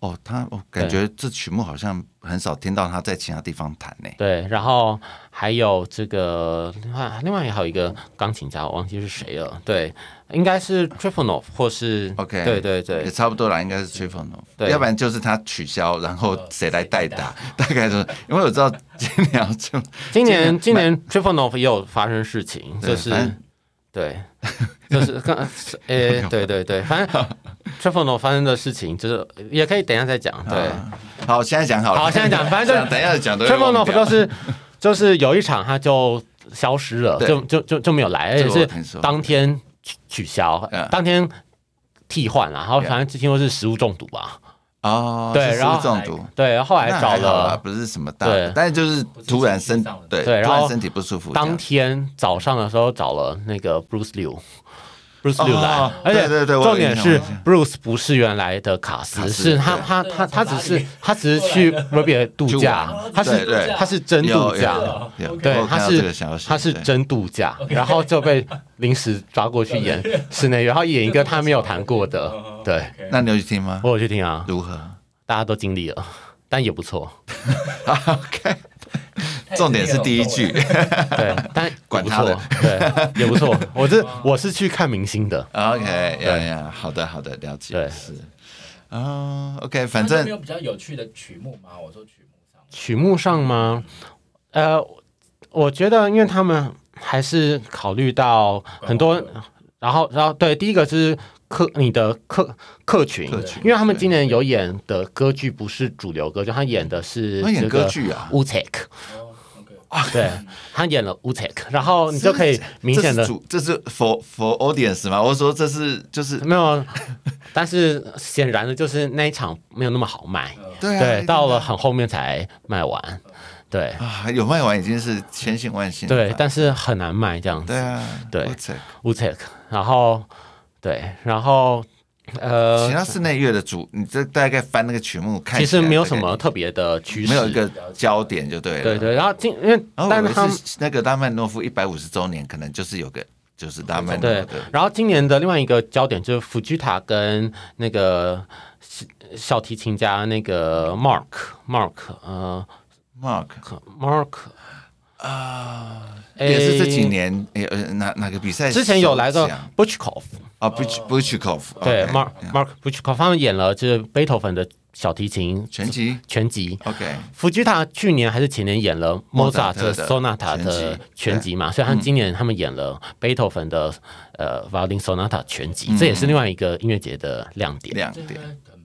哦，他我感觉这曲目好像很少听到他在其他地方弹呢、
对，然后还有这个另外另外还有一个钢琴家，我忘记是谁了，对，应该是 Trifonov 或是
OK
对对对
也，差不多啦，应该是吹风的，
对
要不然就是他取消，然后谁来代打？大概就是因为我知道今年要就
今年
今
今年 Trifonov 也有发生事情，
对
就是
反正
对，就是 刚呃，对对对，反正 Trifonov 发生的事事情，就是也可以等一下再讲。
啊
对
好，现在讲好了，
好现在讲反正 就
等一下讲都会忘
，Trifonov
掉
就是就是有一场他就消失了，
对
就就就就没有来，而
这
且
个我
哎是
听说
当天取取消
嗯，
当天替换啊，然后
Yeah
反正听说是食物中毒吧，
哦，
对
是食
然
物
后
中毒。
对，后来
那
找
还好啦
了。
不是什么大的
对，
但是就是突然身
不是情绪上的
对，
对然
突然
后
身体不舒服这
当
样，
天早上的时候找了那个 Bruce Liu，Bruce Liu 来
哦，
而且
对对对我有
重点
印
是
象我有印象
Bruce 不是原来的卡
卡
斯，
斯
是他
对
他
对
他他只
从哪
是
里
他只是去 r o b i 度
去
假
玩，
他是
对对
他是真度假
有，
了
有有我
对
对
有，
他
看到这个
是
消息，
他是
对
真度假，然后就被临时抓过去演室内乐，然后演一个他没有弹过 的，对
那你有去听吗？
我有去听啊，
如何？
大家都经历了，但也不错，
重点是第一句，
对，但也
管
不
他的
错，对，也不错，我是我是去看明星的，
OK，呀呀，好的好的，了解。
对
是啊、o k
反
反
正没
正
有比较有趣的曲目吗？我说曲目上，
曲目上吗？呃，我觉得因为他们还是考虑到很
哦
多，然后然后对，第一个是客你的客客群，
客群
因为他们今年有演的歌剧不是主流歌剧，他演的是
他演
这
歌
个
剧啊
u t e k
哦，OK，
对他演了 u t e k 然后你就可以明显
这
的
是主这是 for for audience 吗？我说这是就是
没有，啊但是显然的就是那一场没有那么好卖，
对啊，
对，到了
好
很后面才卖完，对
啊，有卖完已经是千幸万幸了吧。
对，但是很难卖这样子
对。啊，
对
我操
u t e k 然后对，然后
其
呃，
他室内乐的主，你这大概翻那个曲目看起
其
来，
实没有什么特别的趋
大概，
势，
没有一个焦点就对了。
对对，然后今因为
然后
但
我
是他
以为
们
是那个拉曼诺夫一百五十周年，可能就是有个就是拉曼诺
对
夫的，
然后今年的另外一个焦点就是福居塔跟那个小小提琴家那个 Mark Mark 呃
Mark
Mark
啊，
诶
也是这几年诶呃哪哪个比赛
之前有来
首
个
奖
Butchkov，
啊，Buch Buchkov，
对
OK，
Mark Mark Butchkov 他们演了就是贝多芬的小提琴
全集
全集，
OK，
福居塔去年还是前年演了莫
莫扎
扎
特
特
的
Sonata
全
的
集
全集嘛，所以他们今年他们演了贝多芬的呃 Violin Sonata 全集，这也是另外一个音乐节的亮点。
嗯亮
这应该
点
很很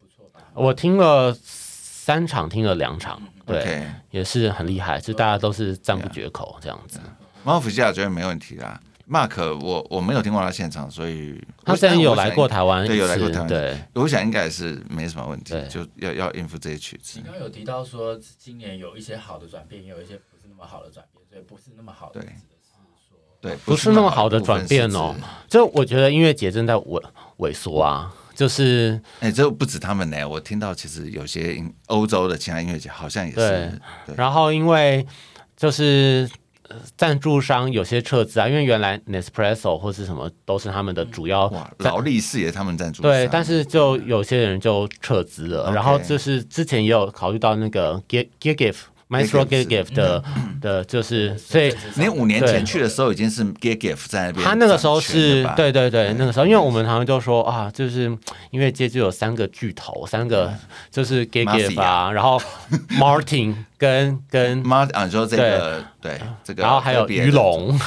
不错吧？
我听了三场，听了两场，对，
，OK，
也是很厉害，就大家都是赞不绝口这样子。
猫福西亚觉得没问题啦。Mark，我我没有听过他现场，所以
他
我
之前
但
有
我想
来过台湾一
对，有来过
次
台，湾，
对，
我想应该也是没什么问题
对，
就要要应付这些曲子
你。刚刚有提到说，今年有一些好的转变，也有一些不是那么好的转变，所以不是那么好的
对
指的是说，
对，
不是那么好的
部分
转变哦
是指。
就我觉得音乐节正在萎萎缩啊，就是
哎，这不止他们呢，我听到其实有些音欧洲的其他音乐节好像也
对
是，对
然后因为就是呃赞助商有些撤资啊，因为原来 Nespresso 或是什么都是他们的主要
嗯哇，
赞
劳力士也是他们赞助商
哦对，但是就有些人就撤资了。
OK
然后就是之前也有考虑到那个 Gear Gear Gift。Maestro Gear
Gear Gift
Gift 的
嗯
的，就是所以
你五年前
对
去的时候已经是 GGF 在那边掌权了吧，
他那个时候是对对对
对，
那个时候，因为我们常常就说啊，就是因为街就有三个巨头，三
嗯
个就是 Gear Gift 啊，然后 Martin 跟跟
妈啊，你说这个对这个，
然后还有
嗯特别
鱼龙，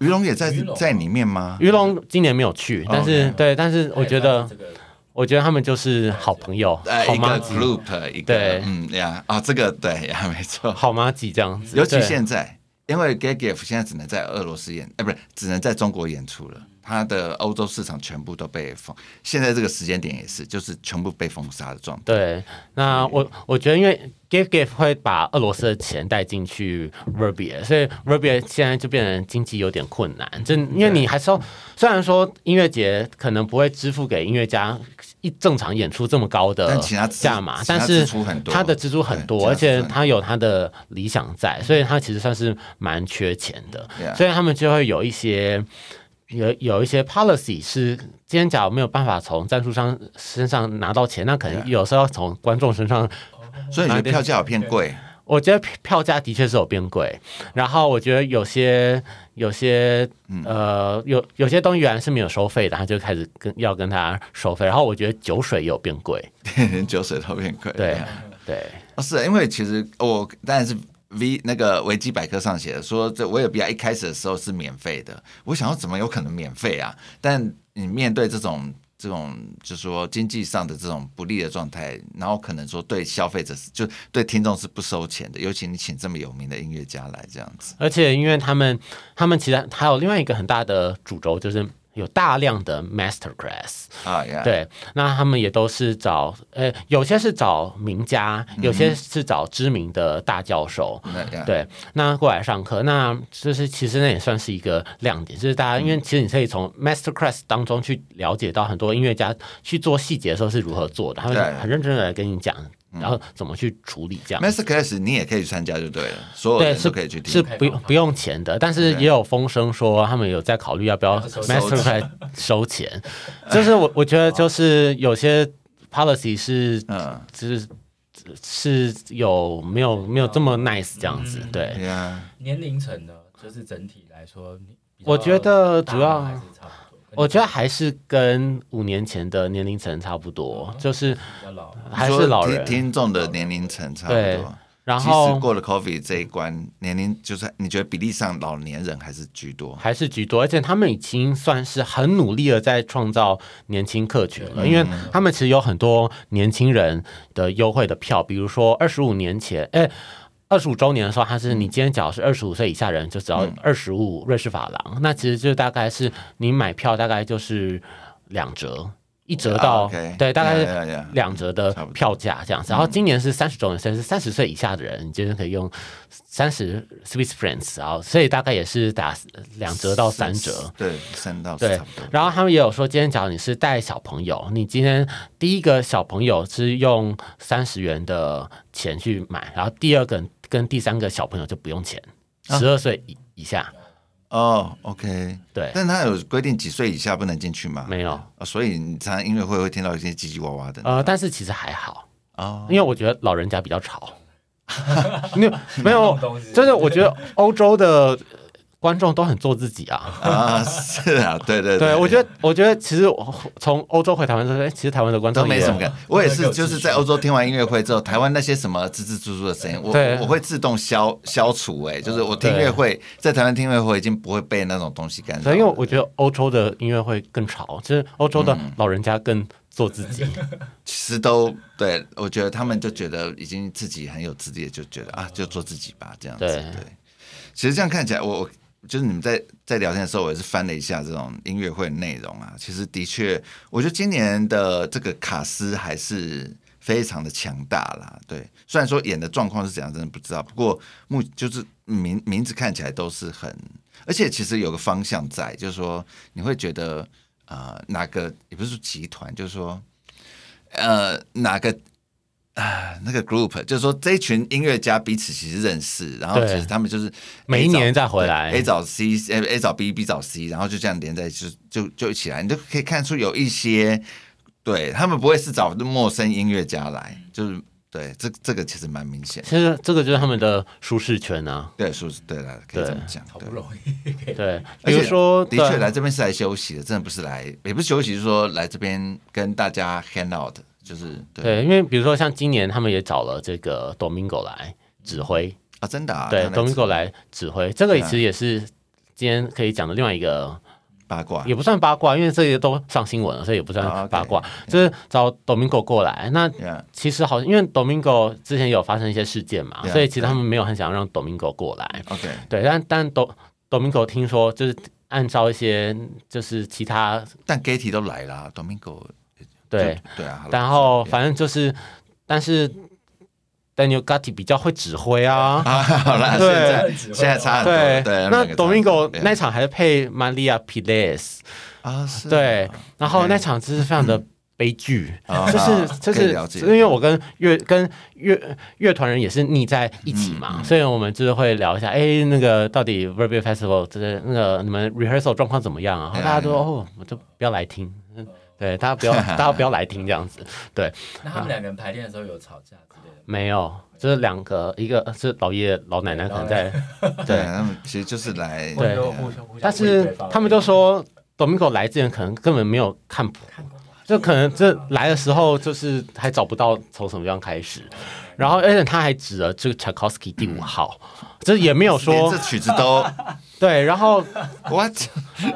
于龙也在
于龙
在里面吗？
于龙今年没有去，但是
OK
对，但
哎
是我觉得
这，个
我觉得他们就是好朋友，
呃，
好
一
妈
个
吉，
group 一个
对
嗯呀啊，这个对呀，没错。
好妈吉这样子。
尤其
对
现在，因为 Gagev 现在只能在俄罗斯演，哎、不是，只能在中国演出了。它的欧洲市场全部都被封，现在这个时间点也是，就是全部被封杀的状态。
对，那我我觉得，因为 Give Give 会把俄罗斯的钱带进去 Verbier，所以 Verbier 现在就变成经济有点困难。就因为你还是要，虽然说音乐节可能不会支付给音乐家一正常演出这么高的
但其他支
呃价码，
其他
但是
支出很多
他的支出很
对
多，而
其他支出
且
很多
他有他的理想在，所以他其实算是蛮缺钱的
Yeah
所以他们就会有一些。有有一些 policy 是今天假如没有办法从赞助商身上拿到钱，那可能
Yeah
有时候要从观众身上。
所以你觉得票价有偏贵？
我觉得票价的确是有变贵，然后我觉得有些有些
嗯
呃有有些东西原来是没有收费的，他就开始跟要跟他收费，然后我觉得酒水也有变贵，
酒水都变贵。
对对
哦，是因为其实我当然是 V 那个维基百科上写的，说这维尔比亚一开始的时候是免费的。我想要怎么有可能免费啊？但你面对这种这种，就是说经济上的这种不利的状态，然后可能说对消费者是就对听众是不收钱的，尤其你请这么有名的音乐家来这样子，
而且因为他们他们其实还有另外一个很大的主轴就是有大量的 master class，
啊呀，，
对，那他们也都是找，呃，有些是找名家，有些是找知名的大教授。
那呀，
对，那过来上课，那就是其实那也算是一个亮点，就是大家因为其实你可以从 master class 当中去了解到很多音乐家去做细节的时候是如何做的，他们
对
很认真的来跟你讲，然后怎么去处理这样。
Master Class 你也可以去参加就对了，所有
对，
人
是
都可以去
是
听。
不用不用钱的，但是
OK
也有风声说他们有在考虑要不要
收
Master
钱
Card 收钱，就是我我觉得就是有些 policy 是
嗯，
就是是有没有没有这么 nice 这样子，
嗯
对
对呀，
年龄层呢，就是整体来说，你比较
我觉得主
大
要
吗还是差不多。
我觉得还是跟五年前的年龄层差不多，
嗯
就是
比较老，
还是老
你说
人，
听听众的年龄层差不
对
多。
然
即使
后
过了 COVID 这一关，年龄就是你觉得比例上老年人还是居多？
还是居多，而且他们已经算是很努力的在创造年轻客群了，
嗯
因为他们其实有很多年轻人的优惠的票，比如说二十五年前，哎。二十五周年的时候，它是你今天假如是二十五岁以下人，就
嗯
只要二十五瑞士法郎，那其实就大概是你买票大概就是两折，一折到、
啊，OK
对，大概
呀呀呀
是两折的
嗯差不多嗯
票价这样子。然后今年是三十周年，所以是三十岁以下的人，你就是可以用三十 Swiss francs，然后所以大概也是打两折到三折。
对，三到四
对
差不多。
然后他们也有说，今天假如你是带小朋友，你今天第一个小朋友是用三十元的钱去买，然后第二个跟第三个小朋友就不用钱，
啊
十二岁以以下，
哦，OK，
对，
但他有规定几岁以下不能进去吗？
没有。
哦所以你常常音乐会会听到一些叽叽哇哇的。
呃，但是其实还好，
哦，
因为我觉得老人家比 较吵。没有没有
弄东西，
真的，我觉得欧洲的观众都很做自己啊。
啊，是啊，对 对
对，我觉得，我觉得其实我从欧洲回台湾之后，哎其实台湾的观众
都没什么
感。
感。我也是，
有秩序
就是在欧洲听完音乐会之后，台湾那些什么吱吱吱吱的声音，我
对
我会自动消消除。哎，就是我听音乐会，在台湾听音乐会已经不会被那种东西干扰
对，
了。
因为我觉得欧洲的音乐会更吵，就是欧洲的老人家更做自 己。
其实都对，我觉得他们就觉得已经自己很有自己，就觉得啊，就做自己吧，这样子。
对
对，其实这样看起来，我我就是你们在在聊天的时候，我也是翻了一下这种音乐会的内容啊。其实的确，我觉得今年的这个卡斯还是非常的强大啦。对，虽然说演的状况是怎样，真的不知道。不过目就是名名字看起来都是很，而且其实有个方向在，就是说你会觉得呃哪个也不是说集团，就是说呃哪个。啊，那个 group 就是说，这一群音乐家彼此其实认识，然后
对
其实他们就是
每一
A 找
年再回
对
来
，A 找 C，A A 找 B，B 找 C，然后就这样连在一起，就就就一起来，你就可以看出有一些，对他们不会是找陌生音乐家来，就是对这这个其实蛮明显的，
其实这个就是他们的舒适圈啊。
对，说是对了，可以
对
这么讲，
好
对
不。容易可以
对，
而
比
且
如说，
的确
对啊
来这边是来休息的，真的不是来，也不是休息，就是说来这边跟大家 hang out，就是对
对，因为比如说像今年他们也找了这个 Domingo 来指挥，
啊，真的啊，
对
他来
，Domingo 来指挥，这个
对啊
其实也是今天可以讲的另外一个，
八卦
也不算八卦，因为这些都上新闻了，所以也不
啊
算
，OK，
八卦。就是找 Domingo 过来，那
，Yeah，
其实好，因为 Domingo 之前有发生一些事件嘛，
对啊
所以其实
对啊
他们没有很想让 Domingo 过来。
OK，
对，但但 Do Domingo 听说就是按照一些就是其他
但 Getty 都来啦，Domingo
对，
就对啊，
然后
对
反正就是，但是 Daniel Gatti 比较会指挥啊。
啊， 好啦，现
对
在现在差很多，
对，
啊对，
那
两个差很多
Domingo
对
那场还是配 Maria Piles，
啊是啊，
对，然后
OK
那场就是非常 的悲剧，
啊
就是
好
就
可以
是
了解
因为我跟乐跟乐乐团人也是腻在一起
嗯
嘛，所以我们就是会聊一下，哎，那个到底 Verbal Festival 就是那个你们 rehearsal 状况怎么样啊？然后大家都
哎
哦，我就不要来听， 嗯对，大家不要大家不要来听这样子，对，
那他们两个人排练的时候有吵架之类的吗？
没有，就是两个，一个是老爷老奶奶可能在，
对，
对，
他们其实就是来，呃
或者
对
说互相互相
但
喂
是
对方
他们都说 Domingo 来之前可能根本没有看谱，就可能这来的时候就是还找不到从什么地方开始，然后而且他还指了这个 Tchaikovsky 第五号，这也没有
连
说
这曲子 都
对，然后
What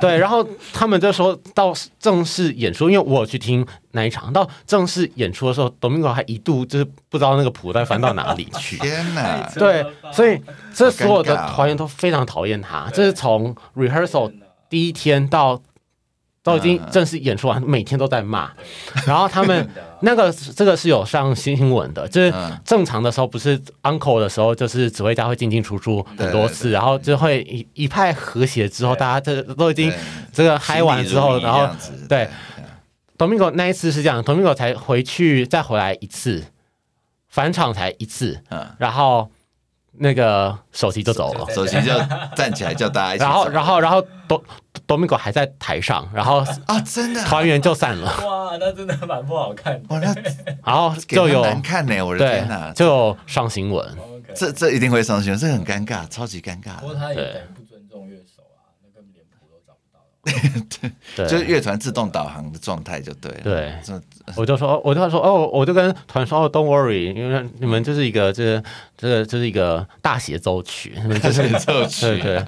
对，然后他们就说到正式演出，因为我有去听那一场，到正式演出的时候，Domingo 还一度就是不知道那个谱在翻到哪里 去，
天
太
哪，
扯
对
了，吧
所以这所有的
好尴尬哦
团员都非常讨厌他。
对
这是从 rehearsal 第一天到都已经
嗯
正式演出完，每天都在骂
对。
然后他 们
真的啊
那个这个是有上新闻的，就是
嗯
正常的时候不是 uncle 的时候，就是指挥家会进进出出
对
很多
对
次，然后就会一一派和谐之后，
对
大家这都已经
对
这个嗨完之后，
心里如意
然
这
后
样子
对 Domingo 那一次是这样，Domingo 才回去再回来一次，返场才一次。
嗯，
然后那个首席就走了，
首席就站起来叫大家一起走，
然后然后然后多多米狗还在台上，然后
啊，真的啊，
团员就散 了，
哇，那真的蛮不好看的。
哇，那
然后
给他
就有
难看呢，我的
对
天哪，
就有上新闻，
哦 OK
这这一定会上新闻，这很尴尬，超级尴尬
不过他也
对
等于不尊重乐手啊，那根本连谱都找不到。
的，就是
对。
乐团自动导航的状态就对了。
对
这
我就说，我就说，哦，我就跟团员说，哦，Don't worry，因为你们就是一个，这个这个就是一个大协奏曲，你 们就是
这奏
对
曲，
对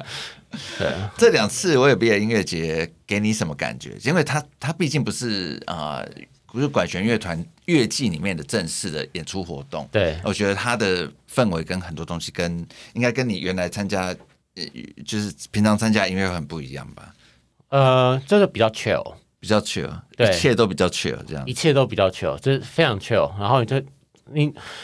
对，
这两次我也毕业音乐节给你什么感觉？因为它它毕竟不是啊，呃不是管弦乐团乐季里面的正式的演出活动，
对
我觉得它的氛围跟很多东西跟应该跟你原来参加呃就是平常参加音乐会很不一样吧，
呃，就是比较 chill，
比较 chill，
对
一切都比较 chill 这样
一。切都比较 chill，就是非常 chill。然后你就你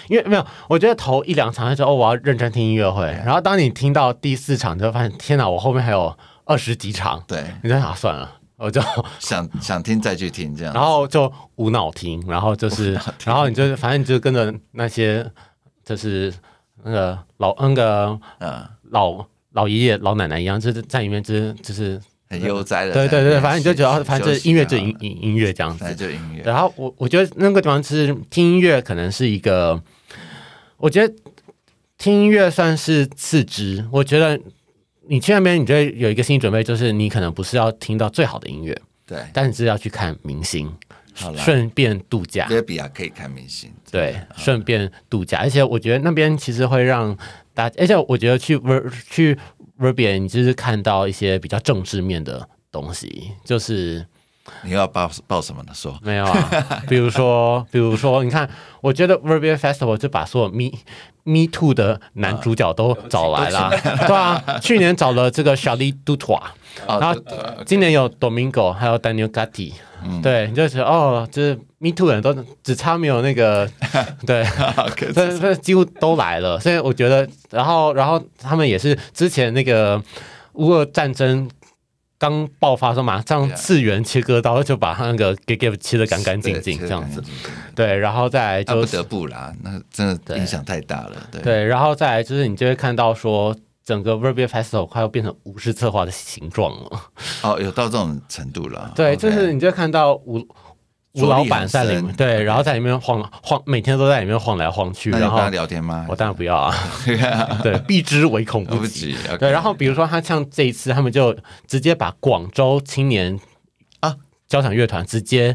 因为没有，我觉得头一两场就说哦，我要认真听音乐会。然后当你听到第四场，你就发现天哪，我后面还有二十几场，
对，
你就想啊算了，我 就
想想听再去听这样
然。后就无脑听，然后就是然后你就反正你就跟着那些就是那个老那个
嗯，
老老爷爷老奶奶一样，就是在里面就是就是。
很悠哉的。
对对对，反正你就觉得，哦反正就是音乐就音
音，
音音乐这样子
反，正就音乐。
然后我我觉得那个地方是听音乐，可能是一个，我觉得听音乐算是次之。我觉得你去那边，你就会有一个心理准备，就是你可能不是要听到最好的音乐，
对，
但你是要去看明星，
好啦，
顺便度假。
哥比亚可以看明星。
对，顺便度假，而且我觉得那边其实会让大而且我觉得去 Ver 去 Verbian，你就是看到一些比较政治面的东西，就是
你又要报报什么呢？说
没有啊，比如说，比如说，你看，我觉得 Verbier Festival 就把所有 Me Me Too 的男主角都找来啦，对啊，去年找了这个 Charlie d u t o
哦
然后
对对 对嗯
今年有 Domingo，还有 Daniel Gatti，、对，你就觉得哦，就是 Me Too 的人都只差没有那个， 对，
可
这
是
这几乎都来了，所以我觉得，然后然后他们也是之前那个乌俄战争。刚爆发的时候，马上
Yeah
次元切割刀就把他那个给给切的干干净净，
对
这样子。
其实干干净净
对，然后再来
那
就
啊不
是、
得不啦，那真的影响太大了。对，
对，然后再来就是你就会看到说，整个 Verbia Festival 快要变成无视策划的形状了。
哦，有到这种程度了。
对
OK
就是你就会看到吴
着
吴
力
老板
很
在里面，
深
对，然后在里面晃晃，每天都在里面晃来晃去，
那你
然
有
后
跟他聊天吗？
我当然不 要啊，对，避之唯恐
对
不
不
及。
起。OK
对，然后比如说他像这一次，他们就直接把广州青年
啊嗯
交响乐团直接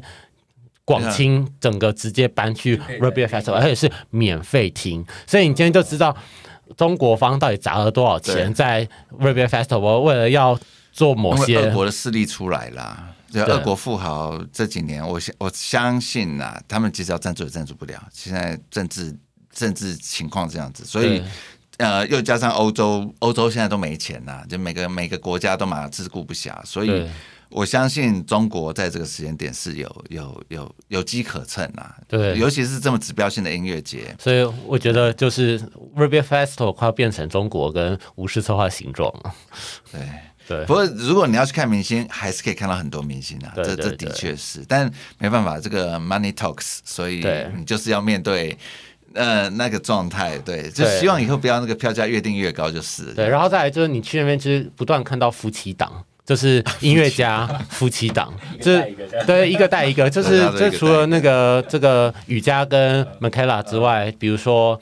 广清整个直接搬去
可以
r e b e l
在
Festival，而且是免费听，所以你今天就知道中国方到底砸了多少钱在 r e b i a Festival，为了要做某
因为
些
俄国的势力出来啦，就
对
俄国富豪这几年，我相我相信呐、他们其实要赞助也赞助不了，现在政治政治情况这样子，所以
对
呃，又加上欧洲，欧洲现在都没钱呐、就每个每个国家都嘛自顾不暇，所以
对
我相信中国在这个时间点是有有有有机可乘啊，
对
尤其是这么指标性的音乐节，
所以我觉得就是 r e b i a Festival 快要变成中国跟无视策划形状了。
对。
对
不过，如果你要去看明星，还是可以看到很多明星啊。
对
这
对
这
对
的确是，但没办法，这个 money talks，所以
对
你就是要面对呃那个状态。对，就
对
希望以后不要那个票价越定越高，就是了。
对，然后再来就是你去那边就是不断看到夫妻档。就是音乐 家夫妻档，就
一个带一个
是
这样
对一个带一个，就是
对大家都一
就
个
除了那个这个雨佳跟 m i c a e l a 之外，
嗯
比如说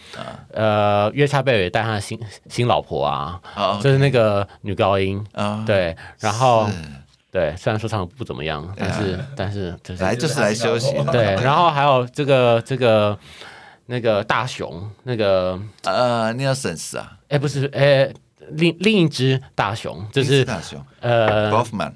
呃约恰贝尔也带他的新新老婆啊，
好，
就是那个女高音，
啊，
对，然后
哦是啊
对，虽然说唱得不怎么样，但是但是就是
来就是来休息的。
对，然后还有这个这个那个大熊，那个
呃，你要省事啊，
哎不是哎另另一只大熊，就
林
是
子大雄
呃
Boffman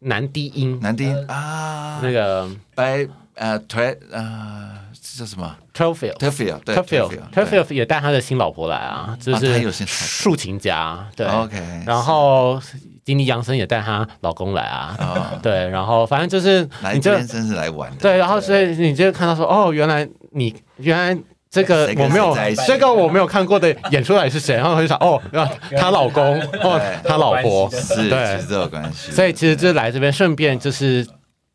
男低音
男丁啊，
那个
白呃 Tre 呃这叫什么
t r o f i e l
t e f i e l
t
对
r o f i e l t r o f i e
Terfield，
l 也带他的新老婆来啊，就
啊他
是
有新老婆
竖琴家，对
对 OK，
然后金立杨森也带她老公来啊，
啊，
对，然后反正就是
来
你
这
就
边真是来玩的。
对，然后所以你就看到说，哦，原来你原来。这个
谁跟
我没有
谁在一，起
这个我没有看过的演出来是谁？然后我就想，哦，然后她老公，哦，她老婆，
是，
对
其实都有关系。
嗯所以其实就是来这边顺便就是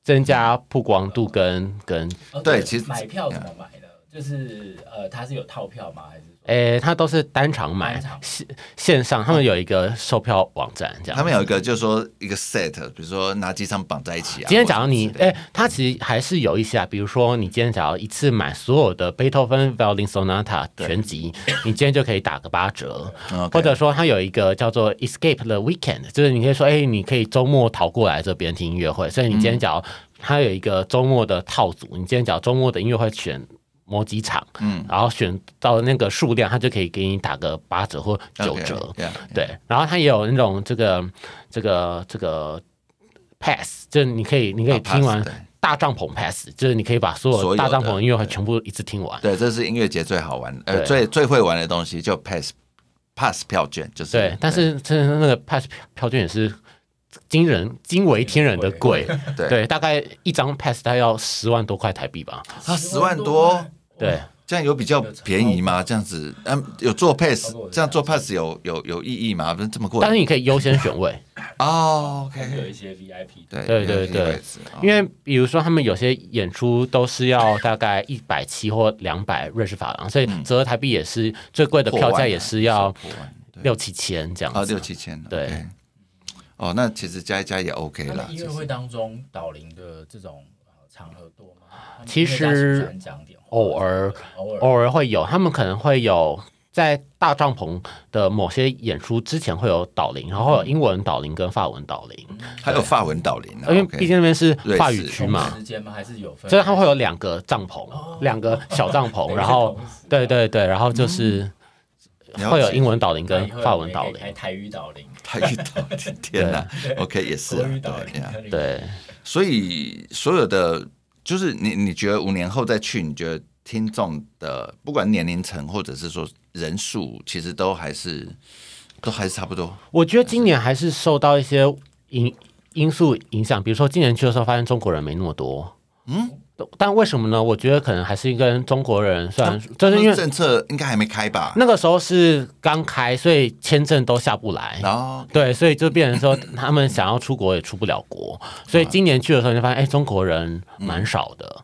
增加曝光度跟跟，
哦
对其实
买票怎么买呢？就是呃，它是有套票吗？还是说
诶，他都是单场买
单场
线线上，他们有一个售票网站这样。
他们有一个就是说一个 set，比如说拿几张绑在一起啊。
今天假如你
或者是
哎，它其实还是有一些啊，比如说你今天假如一次买所有的贝多芬 Violin Sonata 全集，你今天就可以打个八折，
嗯，OK
哎或者说它有一个叫做 Escape the Weekend，就是你可以说哎，你可以周末逃过来这边听音乐会，所以你今天假如它有一个周末的套组，你今天假如周末的音乐会选。某几场，嗯，然后选到那个数量，它就可以给你打个八折或九
OK，
折
yeah，
对，然后它也有那种这个这个这个 pass，就是你可以你可以
啊
听完
pass，对
大帐篷 pass，就是你可以把所
所
有
有的
大帐篷的音乐会全部一次听完。
对，这是音乐节最好玩，呃，
对
最最会玩的东西就 pass pass 票券，就是
对，但是真的那个 pass 票票券也是惊人惊为天人的贵，
对
对，大概一张 pass 它要十万多块台币吧。
啊十万多，
对，
这样有比较便宜
哦
吗？这样子，嗯，有做 pass，
超过我的
这样做 pass 有有有意义吗？不是这么贵
但是你可以优先选位，
哦
还是有
，OK，
一些 VIP 的？
对
对对
有意义
对
位置哦
因为比如说他们有些演出都是要大概一百七或两百瑞士法郎，所以折合台币也是最贵的
嗯破
票
万
价
啊
也是要
破万对
六七千这样子。
啊六七千，
对
OK。哦，那其实加一加也 OK
他
啦
们。音乐会当中导聆的这种呃场合多吗？他们
其实
音乐家喜不喜欢讲点话
偶尔
偶尔
偶尔会有，他们可能会有在大帐篷的某些演出之前会有导聆，然
嗯
后有英文导聆跟法文导聆，
嗯
还有法文导聆啊
因为
OK
毕竟那边是法语区
同
嘛，
时间吗？还是有分？
所以他们会有两个帐篷，两个小帐篷，然后
哦等于是同时嗯的
对对对，然后就是会有英 文导聆
那
跟
以后
法文
也可以
导
开
聆，
台语导聆、
他遇到天 哪，OK 也是
国
啊
语导
对
聆
呀，，
对
对。
所以所有的就是你你觉得五年后再去，你觉得听众的不管年龄层或者是说人数，其实都还是都还是差不多。
我觉得今年还是受到一些因因素影响，比如说今年去的时候发现中国人没那么多，嗯，但为什么呢？我觉得可能还是跟中国人虽然就是因为
啊政策应该还没开吧？
那个时候是刚开，所以签证都下不来。
然后
对，所以就变 成说他们想要出国也出不了国，所以今年去的时候你就发现，哎、中国人蛮少的，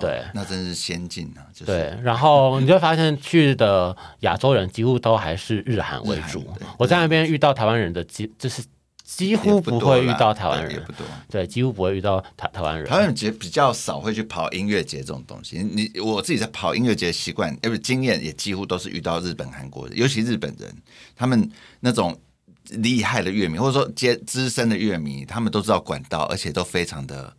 对
哦那真是先进啊，就是
对。然后你就发现去的亚洲人几乎都还是日韩为主
日韩对。
我在那边遇到台湾人的几，就是几
也
乎不会
多
遇
啦
到台湾
对也
人，
不多。
对，几乎不会遇到台台湾人
台。湾人节比较少会去跑音乐节这种东西，你我自己在跑音乐节的习惯，呃，不经验也几乎都是遇到日本、韩国人，尤其日本人，他们那种厉害的乐迷，或者说接资深的乐迷，他们都知道管道，而且都非常的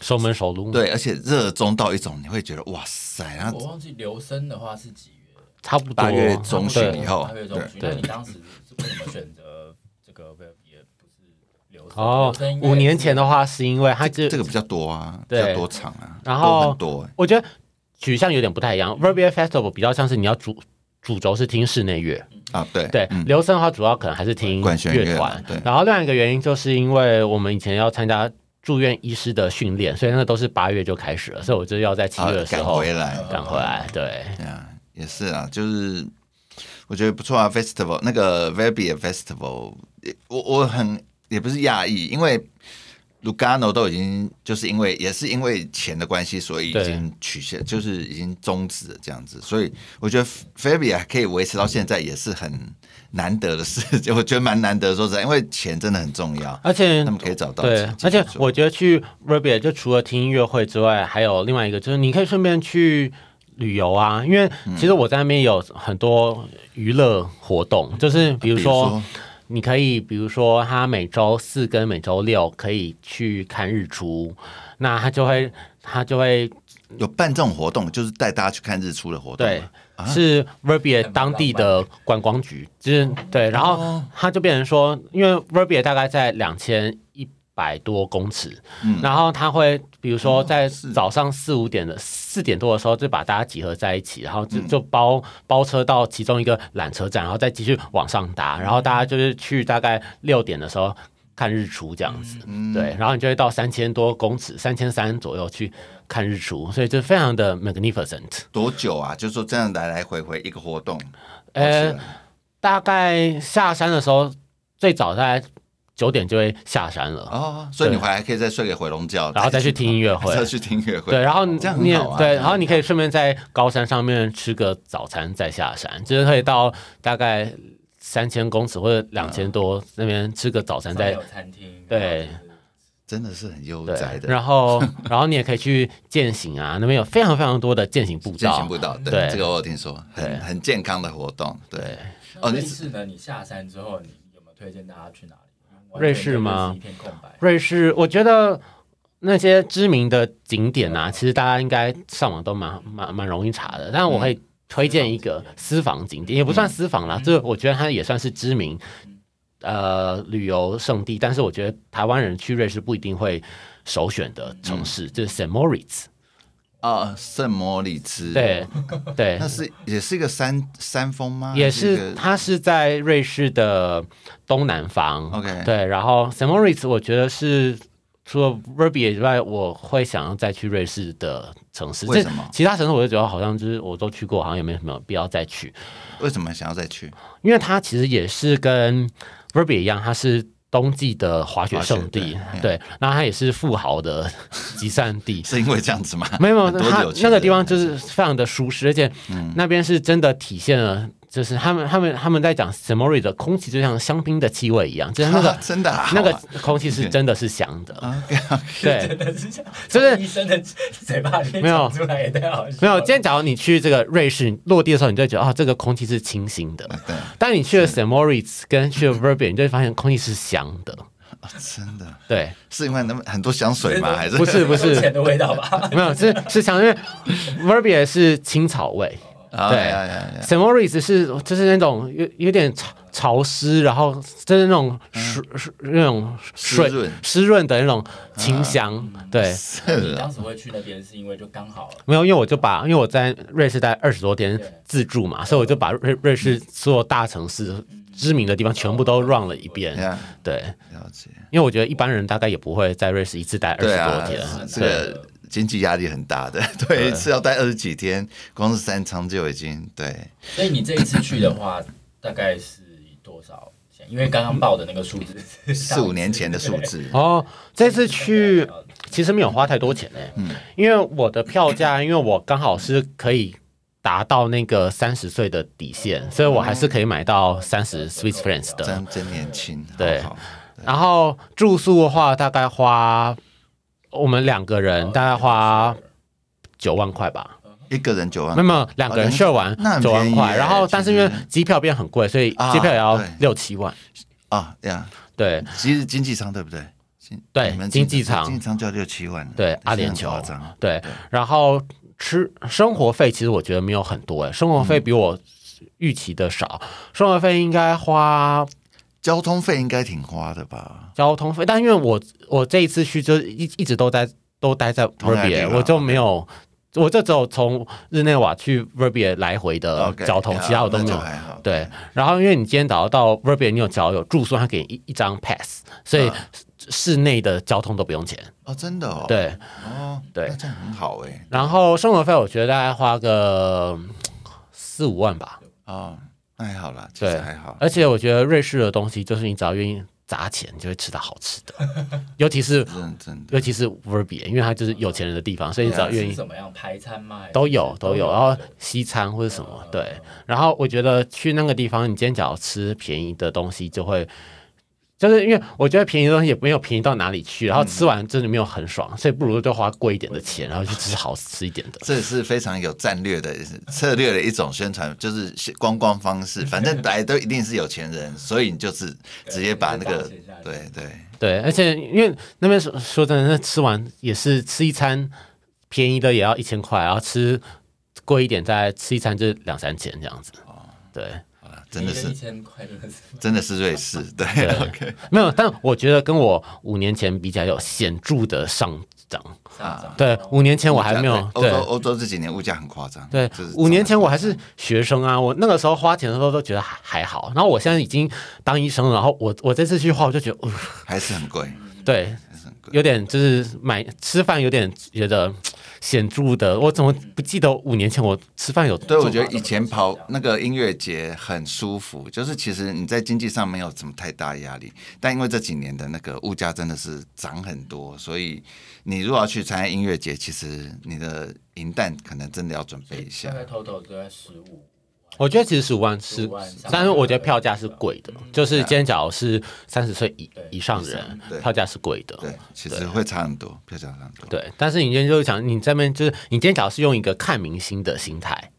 熟门熟路，啊哦
对，而且热衷到一种你会觉得哇塞，然后
我忘记留声的话是几月？
差不多
八月中旬
对
以后
八月中旬，
对
那你当时是为什么选择这个 v e r b 也不是留声
哦
留声音，乐
五年前的话是因为他就
这个比较多啊，比
对
较多场啊，
然后
多很多欸、
我觉得取向有点不太一样。Verbier Festival 比较像是你要主主轴是听室内乐，
啊，对
对，
嗯，
留声的话主要可能还是听
管弦
乐
乐
团
嘛。，对，
然后另外一个原因就是因为我们以前要参加住院医师的训练，所以那都是八月就开始了，所以我就要在七
好
月的时
啊赶
候嗯
回来，
赶回来。对，
对啊，也是啊，就是我觉得不错啊，Festival 那个 v e r b i e Festival，也我我很也不是讶异，因为 Lugano 都已经就是因为也是因为钱的关系，所以已
对
经取消，就是已经终止了这样子，所以我觉得 v e r b i e 还可以维持到现在，也是很难得的事， 情，我觉得蛮难得，说实在，因为钱真的很重要，
而且
他们可以找到
对
钱，
而且
继续做
我觉得去 r u b i 就除了听音乐会之外，还有另外一个就是你可以顺便去旅游啊，因为其
嗯
实我在那边有很多娱乐活动，就是比如
啊
说。你可以，比如说，他每周四跟每周六可以去看日出，那他就会，他就会
有办这种活动，就是带大家去看日出的活动
对
嘛。，
是 Verbier 当地的观光局，就是对，然后它就变成说，因为 Verbier 大概在两千一百多公尺，然后它会比如说在早上四五点的四点多的时候，就把大家集合在一起，然后就就包包车到其中一个缆车站，然后再继续往上搭，然后大家就是去大概六点的时候。看日出这样子，
嗯
对，然后你就会到三千多公尺，三千三左右去看日出，所以就非常的 magnificent。
多久啊？就是说这样来来回回一个活动，
呃
好起来
大概下山的时候，最早大概九点就会下山了，
哦，所以你回来还可以再睡个回笼觉，
然后再去听音乐会
再。去听音乐会，
对，然后
这样
你
很
也
好啊。
对，然后你可以顺便在高山上面吃个早餐，再下山，就是可以到大概三千公尺或者两千多那边吃个早餐，
上面
再
有餐厅，
对
然后就是
真的是很悠
对
哉，的。
然后然后你也可以去践行啊，那边有非常非常多的践 行步
健
道
行，步道，对
对
这个我有听说，很很健康的活动，对。哦
那
你
瑞士呢？你下山之后，你有没有推荐大家去哪里？
瑞士吗
完全就是一片空白。
瑞士，我觉得那些知名的景点啊，其实大家应该上网都蛮蛮蛮容易查的。但
嗯
我会推荐一个私房景点，也不算私房
嗯
啦，这、我觉得它也算是知名呃旅游胜地，但是我觉得台湾人去瑞士不一定会首选的城市，
嗯
就是 St. Moritz。
啊，圣莫里兹，
对，对
嗯 那，是也是一个山山峰吗？
也
还是一个
是它是在瑞士的东南方。
OK
对，然后 s a m o r i t z 我觉得是除了 Verbier 以外，我会想要再去瑞士的城市。
为
这
什么
其他城市我就觉得好像就是我都去过，好像也没什么必要再去，
为什么想要再去？
因为它其实也是跟 Verbier 一样，它是。冬季的滑雪
滑雪
圣地，
对
对，然后它也是富豪的集散地，
是因为这样子吗？
没有，没有
很多
它
有钱
那个
人
地方
还
就是非常的舒适，而且
嗯
那边是真的体现了，就是他们他们他们在讲 s a m o r i 的空气就像香槟的气味一样，就是那 个
真的啊
那个
好
空气是真的是香的，
啊 OK，
对。
真的是这样，
就是
从医生的嘴巴里面
没有
讲出来也太好笑了。
没有，今天假如你去这个瑞士落地的时候，你就会觉得哦，这个空气是清新的。
啊对，
但你去了 s a m o r i t 跟去了 Verbier，你就会发现空气是香 的。
啊真的
对，
是因为那么很多香水吗？还是
不是不
有
是，
钱的味道吧？
没有是是香，因为 Verbier 是青草味，
啊
对
呀呀呀
s a m o r i s 是就是那种有有点潮潮湿，然后就是那种水、水那种水
嗯湿润
湿润的那种清香。 对，
是
你
啊
当时会去那边是因为就刚好
没有，因为我就把因为我在瑞士待二十多天
对
自助嘛，所以我就把瑞瑞士所有大城市知名的地方全部都 run 了一遍。
呀，
对，
了解。
因为我觉得一般人大概也不会在瑞士一次待二十
对啊
多天。，
这
啊
个经济压力很大的， 对，一次要待二十几天，光是三仓就已经对，
所以你这一次去的话，大概是多少钱？因为刚刚报的那个数字 是
四五年前的数字，
哦，这次去其实没有花太多钱呢、因为我的票价，因为我刚好是可以达到那个三十岁的底线，所以我还是可以买到三十 Swiss francs 的。
真真年轻，
对
好好
然后住宿的话，大概花我们两个人大概花九万块吧，
一个哦人九万
那，么两个人 share 完
那很
九万
便宜
块，
耶
然后但是因为机票变很贵，所以机票也
啊
要
对
六七万。
啊呀，
对
其实经济舱对不对？经
对
你们
经济舱
经济舱就要六七万了，
对
也是
阿联
很
酋
夸张，
对，然后吃生活费，其实我觉得没有很多哎、生活费比我预期的少，生活费应该花
交通费应该挺花的吧？
交通费，但因为我我这一次去就一一直都待都待在
同在
Verbier，
地
我就
方
没有。我就只有从日内瓦去 Verbier 来回的
啊 OK，
呃交通其他我都
那
没
就
有。
还好，
对，然后因为你今天早上到 Verbier，你有只要有住宿，他给你一一张 pass，所以
嗯
室内的交通都不用钱。
哦，真的哦，，
对，
哦，
对
那这样很好哎，
然后生活费我觉得大概花个嗯四五万吧，
哦，那还好啦，其实
对
还好，
而且我觉得瑞士的东西就是你只要愿意砸钱，你就会吃到好吃 的，尤其是
真的真的
尤其是 Verbier，因为它就是有钱人的地方，所以你只
啊
要
是
愿意
怎么样排餐卖
都有都有，然后
对
西餐或者什么
嗯
对。然后我觉得去那个地方，你今天只要吃便宜的东西，就会就是因为我觉得便宜的东西也没有便宜到哪里去，然后吃完真的没有很爽，所以不如就花贵一点的钱，然后去吃好吃一点的。
这也是非常有战略的策略的一种宣传，就是观光方式。反正来都一定是有钱人，所以你就是直接把那个
对就是把
对对
对，而且因为那边说说真的，那吃完也是吃一餐便宜的也要一千块，然后吃贵一点再吃一餐就两三千这样子。对，
啊，真的
一
是
千块真的是
真的是瑞 士，对 OK
没有，但我觉得跟我五年前比较有显著的上涨。
上涨
对，五年前我还没有
欧洲
对。
欧洲这几年物价很夸张，
对
这是，
五年前我还是学生啊，我那个时候花钱的时候都觉得还还好，然后我现在已经当医生了，然后我我这次去花我就觉得，呃
还是很贵，
对，
还是很贵。
有点就是买吃饭有点觉得显著的，我怎么不记得五年前我吃饭有
对，
这
我
么
啊
觉得以前跑那个音乐节很舒服，就是其实你在经济上没有什么太大压力，但因为这几年的那个物价真的是涨很多，所以你如果要去参加音乐节，其实你的银弹可能真的要准备一下
现。在 total 都在十五，
我觉得其实十五万是
15万上，
但是我觉得票价是贵的，就是今天假如是三十岁以
对
以上的
以
人
对，
票价是贵的。
对，其实会差很多，票价差很多。
对，但是你今天就是想，你这边就是你今天假如是用一个看明星的心态，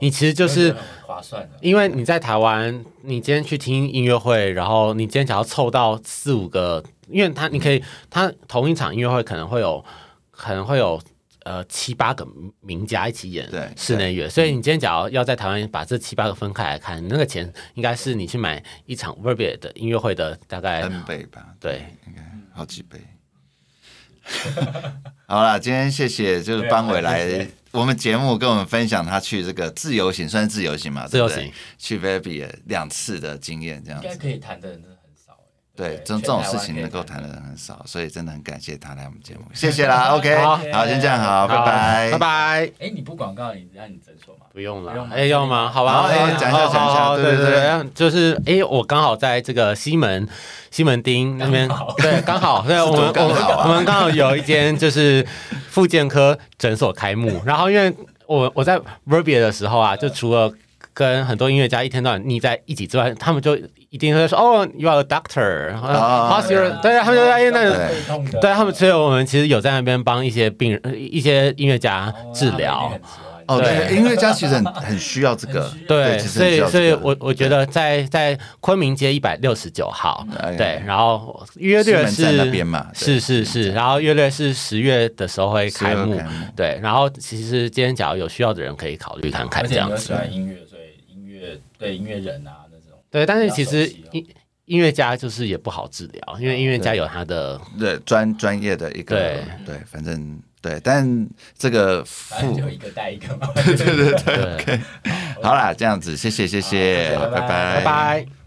你其实就是
真的很划算啊的。
因为你在台湾，你今天去听音乐会，然后你今天只要凑到四五个，因为他你可以，他同一场音乐会可能会有，可能会有。呃，七八个名家一起演
对
室内乐，所以你今天假如要在台湾把这七八个分开来看，那个钱应该是你去买一场 Verbier 的音乐会的大概
N 倍吧，
对，
应该嗯好几倍。 好啦，今天谢谢就是班伟来
对啊谢谢
我们节目跟我们分享他去这个自由行，算是自由行嘛？
自由
对不对
行
去 v a b y 两次的经验这样
应
子
该。可以谈的人真的很少哎。
对，
不
这这种事情能够谈的人很少，所以真的很感谢他来我们节目，谢谢啦。OK，
好
好，先这样，好，拜
好
拜，
拜。拜。
哎，你不广告，你让你诊所吗？
不用
不用
了，
吗
哎，要吗？好吧，
好哎
哦
讲一下
哦
讲一下
哦
对
对
对对
对，就是哎，我刚好在这个西门西门町那边
刚好，
对，刚好，对，我们
多刚
我们
好啊
我们刚好有一间就是妇健科诊所开幕，然后因为我我在 Verbier 的时候啊，就除了。跟很多音乐家一天到晚腻在一起之外，他们就一定会说：“哦、y o u are a doctor，
啊
哦
how's your？” 对，他们就在哎，那
对
背痛的
对他们，所以我们其实有在那边帮一些病人、呃一些音乐家
哦
治
他们一定
疗。
很喜欢
哦，
对
对，音乐家其实很很需要这个
很需，要
对，
其实
所
很需
以
要
所以
这个
我我觉得在在昆明街一百六十九号，
哎
对，然后约略
西门站
是
那边嘛对
是是是，然后约略是十月的时候会
十月
开幕
开幕，
对，然后其实今天假如有需要的人可以考虑看看
而
这
且
样
你又
子
喜，欢音乐，所以音乐对音乐人啊那种，
对，但是其
比
实
较熟悉哦
音音乐家就是也不好治疗，
哦
因为音乐家有他的
对专专业的一个
对
对，反正对，但这个
反正
副
就一个带一个嘛。
对，
好啦，这样子，谢谢谢谢，
好谢谢拜拜
拜拜。